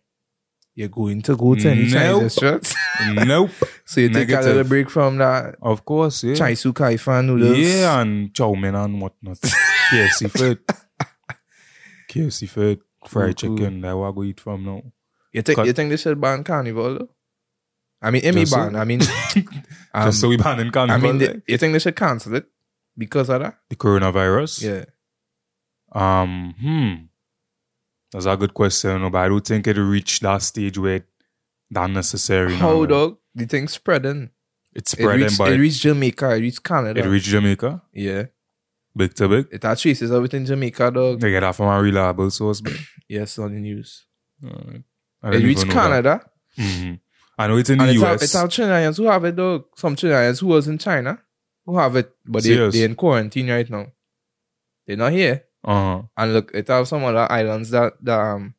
Speaker 2: You're going to go to any Chinese
Speaker 1: Nope.
Speaker 2: restaurants?
Speaker 1: nope.
Speaker 2: so you take a little
Speaker 1: Negative.
Speaker 2: break from that
Speaker 1: Of course, yeah.
Speaker 2: Chinese Sukai fan noodles.
Speaker 1: Yeah, and chow mein and whatnot. KFC food. KFC food. Fried
Speaker 2: Cool, cool.
Speaker 1: chicken. That what I go eat from now.
Speaker 2: You think
Speaker 1: Cut.
Speaker 2: you think they should ban carnival? Though? I mean, Emmy
Speaker 1: Just so-
Speaker 2: ban. I mean, um,
Speaker 1: Just so we ban in
Speaker 2: I
Speaker 1: carnival.
Speaker 2: mean,
Speaker 1: eh?
Speaker 2: they, you think they should cancel it because of that?
Speaker 1: the coronavirus.
Speaker 2: Yeah,
Speaker 1: Um, hmm. That's a good question, no, but I don't think it reached that stage where it- that necessary.
Speaker 2: how
Speaker 1: no.
Speaker 2: dog the thing spreading?
Speaker 1: It's
Speaker 2: It
Speaker 1: spreading,
Speaker 2: reached,
Speaker 1: but
Speaker 2: it
Speaker 1: it,
Speaker 2: reached Jamaica. It reached Canada.
Speaker 1: reached Jamaica,
Speaker 2: yeah,
Speaker 1: big to big.
Speaker 2: it actually says everything Jamaica dog.
Speaker 1: They get that from a reliable source, but
Speaker 2: Yes, on the news.
Speaker 1: Alright. I
Speaker 2: It
Speaker 1: didn't
Speaker 2: reached
Speaker 1: even know that.
Speaker 2: Canada.
Speaker 1: Mhm. I know it's in
Speaker 2: And
Speaker 1: the
Speaker 2: it's how,
Speaker 1: US.
Speaker 2: it's how Trinidadians who have it dog. Some Trinidadians who was in China who have it, but they
Speaker 1: Serious?
Speaker 2: they in quarantine right now. They're not here.
Speaker 1: uh-huh.
Speaker 2: And look, it have some other islands that that um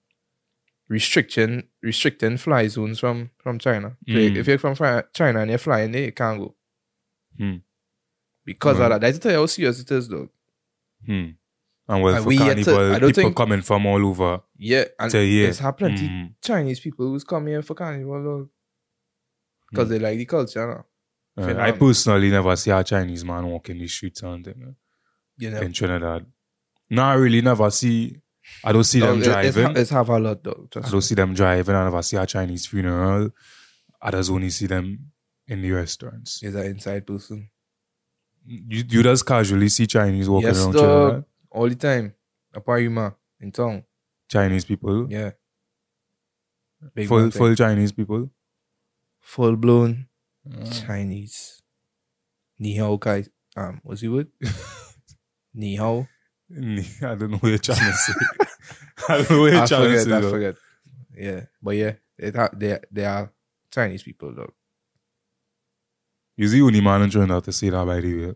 Speaker 2: restriction restricting fly zones from from China. So
Speaker 1: Mm.
Speaker 2: if you're from Fri- China and you're flying there, you can't go.
Speaker 1: Mm.
Speaker 2: Because
Speaker 1: Right.
Speaker 2: of that. That's tell you how serious it is though.
Speaker 1: hmm. And well,
Speaker 2: And
Speaker 1: for
Speaker 2: we yet to-
Speaker 1: carnival,
Speaker 2: I don't
Speaker 1: people
Speaker 2: think-
Speaker 1: coming from all over
Speaker 2: Yeah. And
Speaker 1: to here.
Speaker 2: there's ha- plenty
Speaker 1: Mhm.
Speaker 2: Chinese people who's come here for carnival Because
Speaker 1: Mm.
Speaker 2: they like the culture. No?
Speaker 1: Uh, I
Speaker 2: phenomenon.
Speaker 1: personally never see a Chinese man walking the streets and thing. eh,
Speaker 2: You know.
Speaker 1: in Trinidad. No, I really never see. I don't see
Speaker 2: Dog,
Speaker 1: them
Speaker 2: it- it's,
Speaker 1: driving.
Speaker 2: ha- it's have a lot though. Trust
Speaker 1: I
Speaker 2: me.
Speaker 1: don't see them driving, and if I see a Chinese funeral, I just only see them in the restaurants.
Speaker 2: Is an inside person.
Speaker 1: You, you just casually see Chinese walking
Speaker 2: Yes,
Speaker 1: around
Speaker 2: dog.
Speaker 1: Trinidad.
Speaker 2: All the time. Aparima in town.
Speaker 1: Chinese people,
Speaker 2: Yeah. Big
Speaker 1: full
Speaker 2: man thing.
Speaker 1: full Chinese people.
Speaker 2: full blown
Speaker 1: Uh,
Speaker 2: Chinese. Ni hao kai. Um, what's the word? Ni hao.
Speaker 1: I don't know what you're trying to say. I don't know what you're
Speaker 2: I
Speaker 1: trying to
Speaker 2: forget.
Speaker 1: say.
Speaker 2: I
Speaker 1: though.
Speaker 2: forget. Yeah, but yeah, it ha- they they are Chinese people though.
Speaker 1: You the only man in Trinidad to say that, by the way.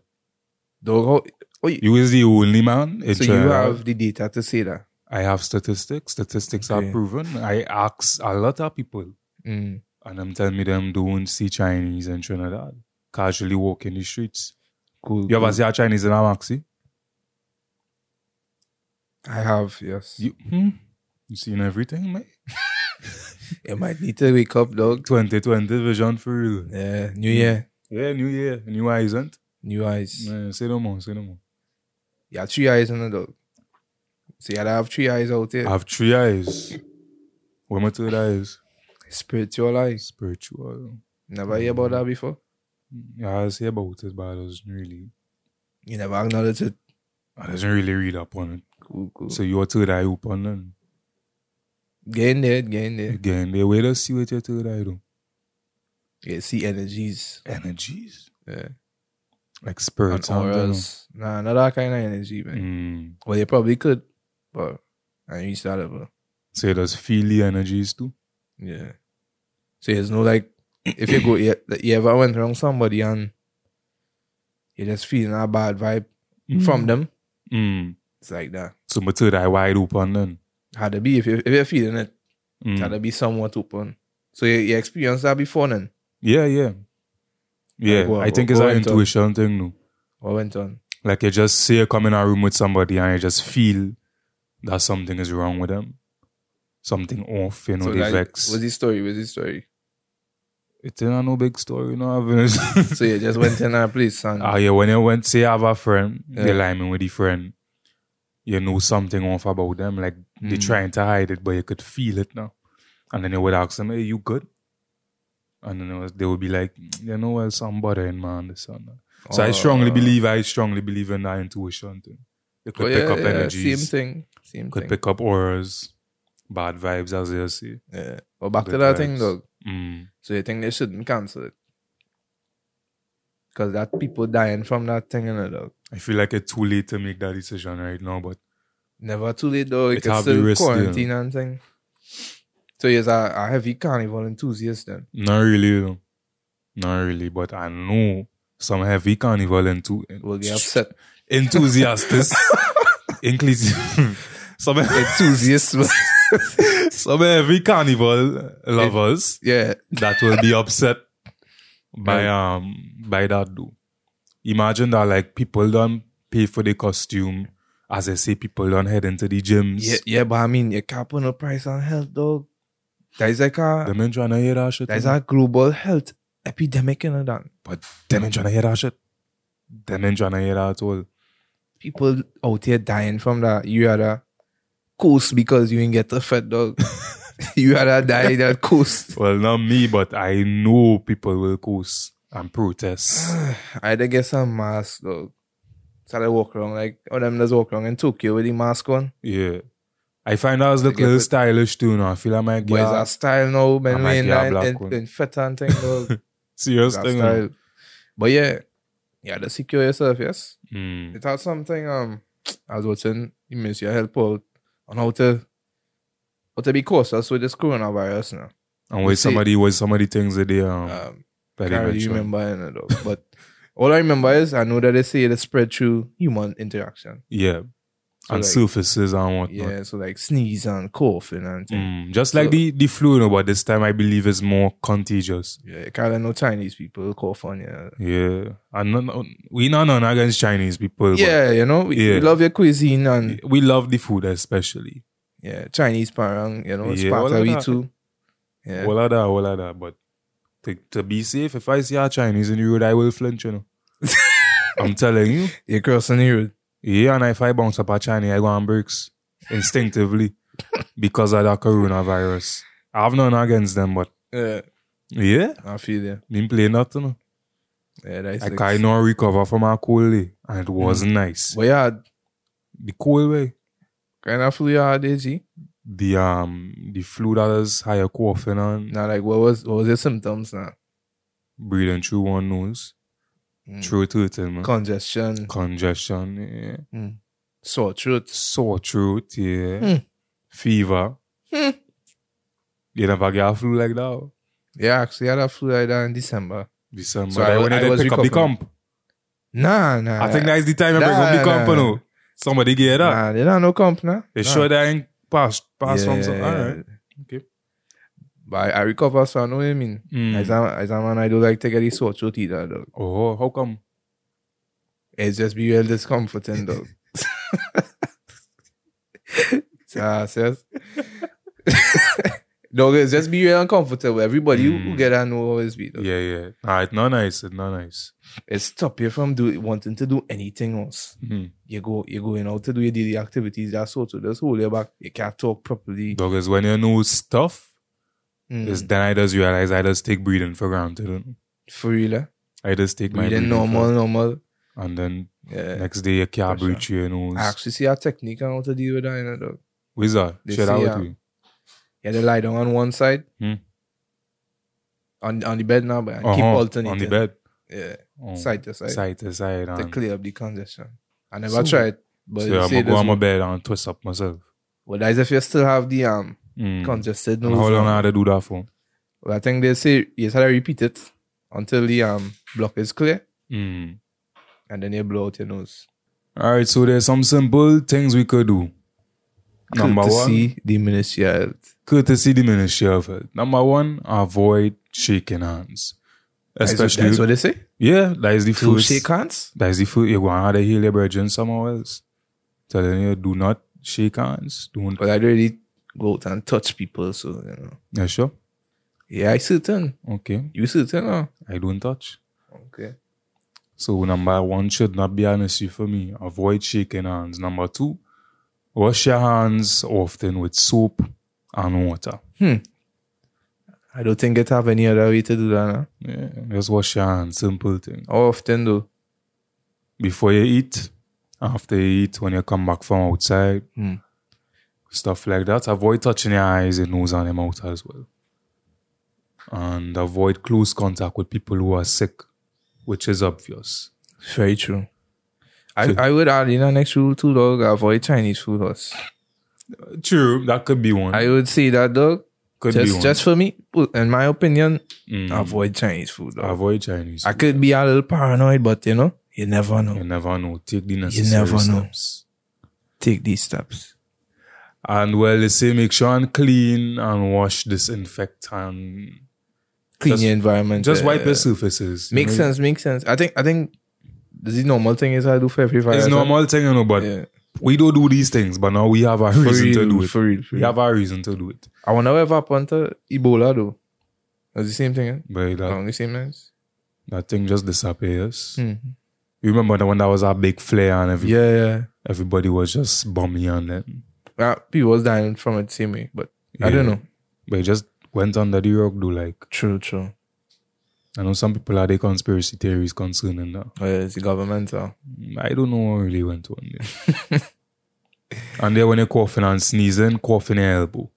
Speaker 2: Dog, how, oh, you,
Speaker 1: You is the only man in
Speaker 2: so you
Speaker 1: Trinidad.
Speaker 2: have the data to say that.
Speaker 1: I have statistics. Statistics
Speaker 2: Okay.
Speaker 1: are proven. I ask a lot of people.
Speaker 2: Mm.
Speaker 1: and them tell me them don't see Chinese in Trinidad. Casually walking the streets.
Speaker 2: Cool.
Speaker 1: You ever
Speaker 2: cool.
Speaker 1: see a Chinese in a maxi?
Speaker 2: I have. Yes.
Speaker 1: You, hmm? you seen everything, mate?
Speaker 2: You might need to wake up, dog.
Speaker 1: 2020 vision for real.
Speaker 2: Yeah. New year,
Speaker 1: Yeah, new year, new horizon.
Speaker 2: new eyes.
Speaker 1: Yeah, say no more, say no more.
Speaker 2: You have three eyes on the dog. So you gotta have three eyes out there.
Speaker 1: I have three eyes. What my third eye is?
Speaker 2: Spiritual eyes.
Speaker 1: Spiritual.
Speaker 2: Never hear about that before.
Speaker 1: Yeah, I say about it, but I doesn't really,
Speaker 2: You never acknowledge it.
Speaker 1: I doesn't really read up on it.
Speaker 2: Cool, cool.
Speaker 1: So your third eye open then.
Speaker 2: Get in there, get in there.
Speaker 1: Again, they wait to see what your third eye do.
Speaker 2: Yeah, see energies.
Speaker 1: Energies.
Speaker 2: Yeah.
Speaker 1: Like
Speaker 2: And
Speaker 1: spirits and them.
Speaker 2: auras. Nah, not that kind of energy, man.
Speaker 1: Mm.
Speaker 2: Well, you probably could, but I reached that level.
Speaker 1: So it does feel the energies too.
Speaker 2: Yeah. So there's no like if you go, you, you ever went around somebody and you just feeling a bad vibe from them,
Speaker 1: Mm.
Speaker 2: it's like that.
Speaker 1: So my third eye wide open then.
Speaker 2: Had to be if you if you're feeling it,
Speaker 1: Mm.
Speaker 2: had to be somewhat open. So you, you experienced that before then.
Speaker 1: Yeah, yeah. Yeah,
Speaker 2: Like what-
Speaker 1: I think
Speaker 2: what
Speaker 1: it's an
Speaker 2: went on?
Speaker 1: intuition thing, no.
Speaker 2: What went on?
Speaker 1: Like you just say you come in a room with somebody and you just feel that something is wrong with them. Something off, you know,
Speaker 2: so
Speaker 1: they
Speaker 2: like,
Speaker 1: vex.
Speaker 2: what's his story? What's his story?
Speaker 1: It's not no big story, you know. I've-
Speaker 2: So you just went in that place and
Speaker 1: Ah, yeah, when you went, say, I have a friend, they
Speaker 2: Yeah.
Speaker 1: line me with the friend, you know something off about them. Like, they
Speaker 2: Mm.
Speaker 1: trying to hide it, but you could feel it now. And then you would ask them, hey, you good? And then they was- they would be like, you know what, some bothering, man, this and that. So I strongly
Speaker 2: Uh,
Speaker 1: believe, I strongly believe in that intuition thing. You could
Speaker 2: but
Speaker 1: pick
Speaker 2: Oh, yeah,
Speaker 1: up
Speaker 2: yeah,
Speaker 1: energies,
Speaker 2: Same thing. Same
Speaker 1: could
Speaker 2: thing.
Speaker 1: pick up auras, bad vibes, as they say.
Speaker 2: yeah. But back to
Speaker 1: good
Speaker 2: that thing
Speaker 1: vibes.
Speaker 2: though.
Speaker 1: Mm.
Speaker 2: So you think they shouldn't cancel it? Cause that people dying from that thing, you know, dog.
Speaker 1: I feel like it's too late to make that decision right now, but
Speaker 2: Never too late though. You
Speaker 1: It
Speaker 2: can
Speaker 1: have the
Speaker 2: still
Speaker 1: risk, yeah.
Speaker 2: quarantine and thing. So yes, a, a heavy carnival enthusiast then.
Speaker 1: Not really, you know. Not really, but I know some heavy carnival enthu-
Speaker 2: Will get upset.
Speaker 1: enthusiasts. inclusive. some,
Speaker 2: Enthusiasts. but-
Speaker 1: some heavy carnival lovers
Speaker 2: yeah.
Speaker 1: that will be upset by um by that do. Imagine that like people don't pay for the costume. As I say, people don't head into the gyms.
Speaker 2: yeah. Yeah, but I mean you can't put no price on health dog. That is like a
Speaker 1: Them ain't trying to hear that shit.
Speaker 2: that is
Speaker 1: you know.
Speaker 2: a global health epidemic, you know that.
Speaker 1: But them ain't trying to hear that shit. Them ain't trying to hear that at all.
Speaker 2: people out here dying from that. You had a coast because you didn't get a fat dog. you had a die that coast.
Speaker 1: Well, not me, but I know people will cause and protest.
Speaker 2: I had to get some mask dog. So I walk around like all them just walk around in Tokyo with the mask on.
Speaker 1: Yeah. I find that was look a
Speaker 2: get
Speaker 1: little
Speaker 2: it.
Speaker 1: stylish too now. I feel like my
Speaker 2: But it's
Speaker 1: yeah,
Speaker 2: a style now,
Speaker 1: I
Speaker 2: man.
Speaker 1: might
Speaker 2: We in
Speaker 1: get a
Speaker 2: that
Speaker 1: black
Speaker 2: in,
Speaker 1: one.
Speaker 2: in fat and thing dog. It's
Speaker 1: serious
Speaker 2: a
Speaker 1: thing.
Speaker 2: style. But yeah, you had to secure yourself, yes.
Speaker 1: Mm.
Speaker 2: It had something um I was watching you miss your help out on how to how to be cautious with this coronavirus now.
Speaker 1: And when
Speaker 2: You see-
Speaker 1: somebody was somebody things that they um,
Speaker 2: Um,
Speaker 1: that they
Speaker 2: can't really
Speaker 1: mentioned.
Speaker 2: remember any of those. But all I remember is I know that they say it spread through human interaction.
Speaker 1: Yeah.
Speaker 2: So
Speaker 1: and
Speaker 2: like,
Speaker 1: surfaces and whatnot.
Speaker 2: Yeah, so like sneeze and coughing and things.
Speaker 1: Mm. Just like
Speaker 2: So-
Speaker 1: the, the flu, you know, but this time I believe is more contagious.
Speaker 2: Yeah, you can't let no Chinese people cough on you.
Speaker 1: Yeah. And none- we know none against Chinese people. but
Speaker 2: Yeah, you know, we, we
Speaker 1: Yeah.
Speaker 2: love your cuisine and
Speaker 1: We love the food especially.
Speaker 2: yeah, Chinese parang, you know, it's
Speaker 1: Yeah,
Speaker 2: part
Speaker 1: all of
Speaker 2: of we
Speaker 1: that.
Speaker 2: too. Yeah.
Speaker 1: All of that, all of that. But to, to be safe, if I see a Chinese in the road, I will flinch, you know. I'm telling you.
Speaker 2: You're crossing the road.
Speaker 1: Yeah, and if I bounce up a Chinese, I go on breaks instinctively because of that coronavirus. I have none against them, but
Speaker 2: Yeah.
Speaker 1: yeah,
Speaker 2: I feel you.
Speaker 1: didn't play nothing. no.
Speaker 2: Yeah, that's
Speaker 1: I kind of recover from a cold day, and it was
Speaker 2: Mm.
Speaker 1: nice.
Speaker 2: But yeah,
Speaker 1: The cold way,
Speaker 2: kind of flew your hard AG.
Speaker 1: the um, the flu that is higher coughing and
Speaker 2: Now like what was what was your symptoms now?
Speaker 1: breathing through one nose,
Speaker 2: Mm.
Speaker 1: throat hurting, man.
Speaker 2: Congestion,
Speaker 1: congestion, yeah.
Speaker 2: sore throat.
Speaker 1: sore throat, yeah,
Speaker 2: Hmm.
Speaker 1: fever.
Speaker 2: Hmm.
Speaker 1: You never get a flu like that. oh.
Speaker 2: Yeah, actually I had a flu like that in December.
Speaker 1: December.
Speaker 2: So I
Speaker 1: I,
Speaker 2: wa-
Speaker 1: when
Speaker 2: I
Speaker 1: I
Speaker 2: was
Speaker 1: pick up the
Speaker 2: recovering.
Speaker 1: comp.
Speaker 2: Nah, nah.
Speaker 1: I think that's the time I pick up
Speaker 2: Nah,
Speaker 1: the comp,
Speaker 2: nah.
Speaker 1: you know. Somebody get that.
Speaker 2: Nah, they don't know comp, nah.
Speaker 1: They
Speaker 2: nah.
Speaker 1: sure that ain't passed passed from some.
Speaker 2: yeah.
Speaker 1: All right. Okay.
Speaker 2: But I, I recover, so I know what I mean.
Speaker 1: Mm.
Speaker 2: As, a, as a man, I do like to get the sore throat either, dog.
Speaker 1: Oh, how come?
Speaker 2: It's just be real discomforting, dog. Ah, serious. dog, it's just be real uncomfortable. Everybody who- who
Speaker 1: Mm.
Speaker 2: get that know always be, dog.
Speaker 1: Yeah, yeah. Nah, it's not nice. It's not nice.
Speaker 2: It stop you from do, wanting to do anything else.
Speaker 1: Mm.
Speaker 2: You go, you going out to do your daily activities, that sort of, just hold you back. You can't talk properly.
Speaker 1: Dog is when you know stuff,
Speaker 2: Mm.
Speaker 1: is then I just realize I just take breathing for granted. you know.
Speaker 2: For real, eh?
Speaker 1: I just take my
Speaker 2: breathing
Speaker 1: for-
Speaker 2: normal, normal.
Speaker 1: and then
Speaker 2: Yeah.
Speaker 1: next day you can't
Speaker 2: For sure.
Speaker 1: breathe through your nose.
Speaker 2: I actually see a technique on how to deal with that, you know, dog.
Speaker 1: Wizard,
Speaker 2: They
Speaker 1: share that
Speaker 2: say,
Speaker 1: with
Speaker 2: um,
Speaker 1: me.
Speaker 2: Yeah, they lie down on one side.
Speaker 1: Hmm.
Speaker 2: On on the bed now, but I keep
Speaker 1: Uh-huh,
Speaker 2: alternating.
Speaker 1: On the bed.
Speaker 2: Yeah.
Speaker 1: Oh.
Speaker 2: Side to side.
Speaker 1: Side to side.
Speaker 2: To
Speaker 1: And
Speaker 2: clear up the congestion. I never
Speaker 1: So-
Speaker 2: tried. But
Speaker 1: so
Speaker 2: they
Speaker 1: I'm
Speaker 2: say
Speaker 1: going to go
Speaker 2: this
Speaker 1: on my
Speaker 2: one-
Speaker 1: bed and twist up myself.
Speaker 2: well, that is if you still have the um
Speaker 1: Mm.
Speaker 2: congested
Speaker 1: And
Speaker 2: nose. um,
Speaker 1: How long
Speaker 2: now.
Speaker 1: I had to do that for?
Speaker 2: Well, I think they say you try to repeat it until the um block is clear,
Speaker 1: Mm.
Speaker 2: and then you blow out your nose.
Speaker 1: All right, so there's some simple things we could do. Number one,
Speaker 2: Courtesy diminish your health.
Speaker 1: courtesy diminish your effort. Number one, avoid shaking hands.
Speaker 2: That's what-
Speaker 1: Especially,
Speaker 2: that's what they say.
Speaker 1: yeah, that is the
Speaker 2: To
Speaker 1: first.
Speaker 2: shake hands.
Speaker 1: That is the first. You're going to heal your brethren somewhere else. Telling you, do not shake hands. Don't.
Speaker 2: But I don't really go out and touch people, so you know.
Speaker 1: Yeah, sure.
Speaker 2: Yeah, I certain.
Speaker 1: Okay.
Speaker 2: You certain, huh?
Speaker 1: I don't touch.
Speaker 2: Okay.
Speaker 1: So number one should not be an issue for me. Avoid shaking hands. Number two, wash your hands often with soap and water.
Speaker 2: I don't think it have any other way to do that. Huh?
Speaker 1: Yeah, just wash your hands. Simple thing.
Speaker 2: How often though?
Speaker 1: Before you eat, after you eat, when you come back from outside,
Speaker 2: Hmm.
Speaker 1: stuff like that. Avoid touching your eyes, your nose, and your mouth as well. And avoid close contact with people who are sick, which is obvious.
Speaker 2: Very true. I,
Speaker 1: So-
Speaker 2: I would add in an extra rule too, dog. Avoid Chinese food, us.
Speaker 1: True, that could be one.
Speaker 2: I would say that, dog.
Speaker 1: Mm. could be
Speaker 2: just
Speaker 1: one.
Speaker 2: just for me, well, in my opinion,
Speaker 1: Mm.
Speaker 2: avoid Chinese food. dog.
Speaker 1: avoid Chinese.
Speaker 2: I could be a little paranoid, but you know, you never know.
Speaker 1: You never know. Take the necessary
Speaker 2: never know.
Speaker 1: steps.
Speaker 2: Take these steps.
Speaker 1: And well, they say make sure and clean and wash, disinfect, and
Speaker 2: Clean
Speaker 1: Just-
Speaker 2: your environment.
Speaker 1: just
Speaker 2: uh,
Speaker 1: wipe your surfaces. you
Speaker 2: Makes
Speaker 1: know.
Speaker 2: sense. Makes sense. I think. I think. This is normal thing is I do for every
Speaker 1: It's
Speaker 2: virus, huh?
Speaker 1: normal thing, you know, but
Speaker 2: Yeah.
Speaker 1: we don't do these things. But now we have a
Speaker 2: For
Speaker 1: reason
Speaker 2: real,
Speaker 1: to do it.
Speaker 2: for real. For
Speaker 1: we
Speaker 2: real.
Speaker 1: have a reason to do it.
Speaker 2: I wonder what happened to Ebola though. That's the same thing. Eh?
Speaker 1: But that,
Speaker 2: Around the same lines.
Speaker 1: that thing just disappears.
Speaker 2: Hmm.
Speaker 1: You remember that when that was a big flare and every,
Speaker 2: Yeah, yeah.
Speaker 1: everybody was just bumming on it.
Speaker 2: Uh, people was dying from it the same way, but I don't
Speaker 1: Yeah.
Speaker 2: know.
Speaker 1: But it just went under the rug, do like.
Speaker 2: True, true.
Speaker 1: I know some people had their conspiracy theories concerning that.
Speaker 2: Uh, it's the governmental.
Speaker 1: I don't know what really went on there. and then when you're coughing and sneezing, cough in your elbow.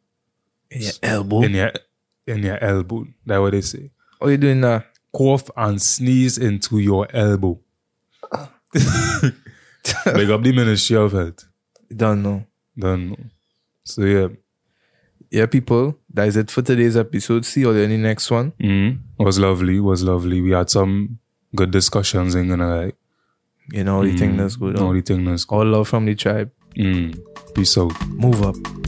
Speaker 2: In your elbow.
Speaker 1: In your in your elbow. That's what they say.
Speaker 2: What are you doing now?
Speaker 1: Cough and sneeze into your elbow. Big up the Ministry of Health.
Speaker 2: Don't know.
Speaker 1: Don't know. So yeah.
Speaker 2: Yeah, people. That is it for today's episode. See you all in the next one.
Speaker 1: Mm.
Speaker 2: Mm-hmm.
Speaker 1: Was lovely, was lovely. We had some good discussions and Mm. gonna like Hmm.
Speaker 2: You know, all the thing that's good.
Speaker 1: All
Speaker 2: on.
Speaker 1: the thing that's good.
Speaker 2: All love from the tribe.
Speaker 1: Mm. Peace out.
Speaker 2: Move up.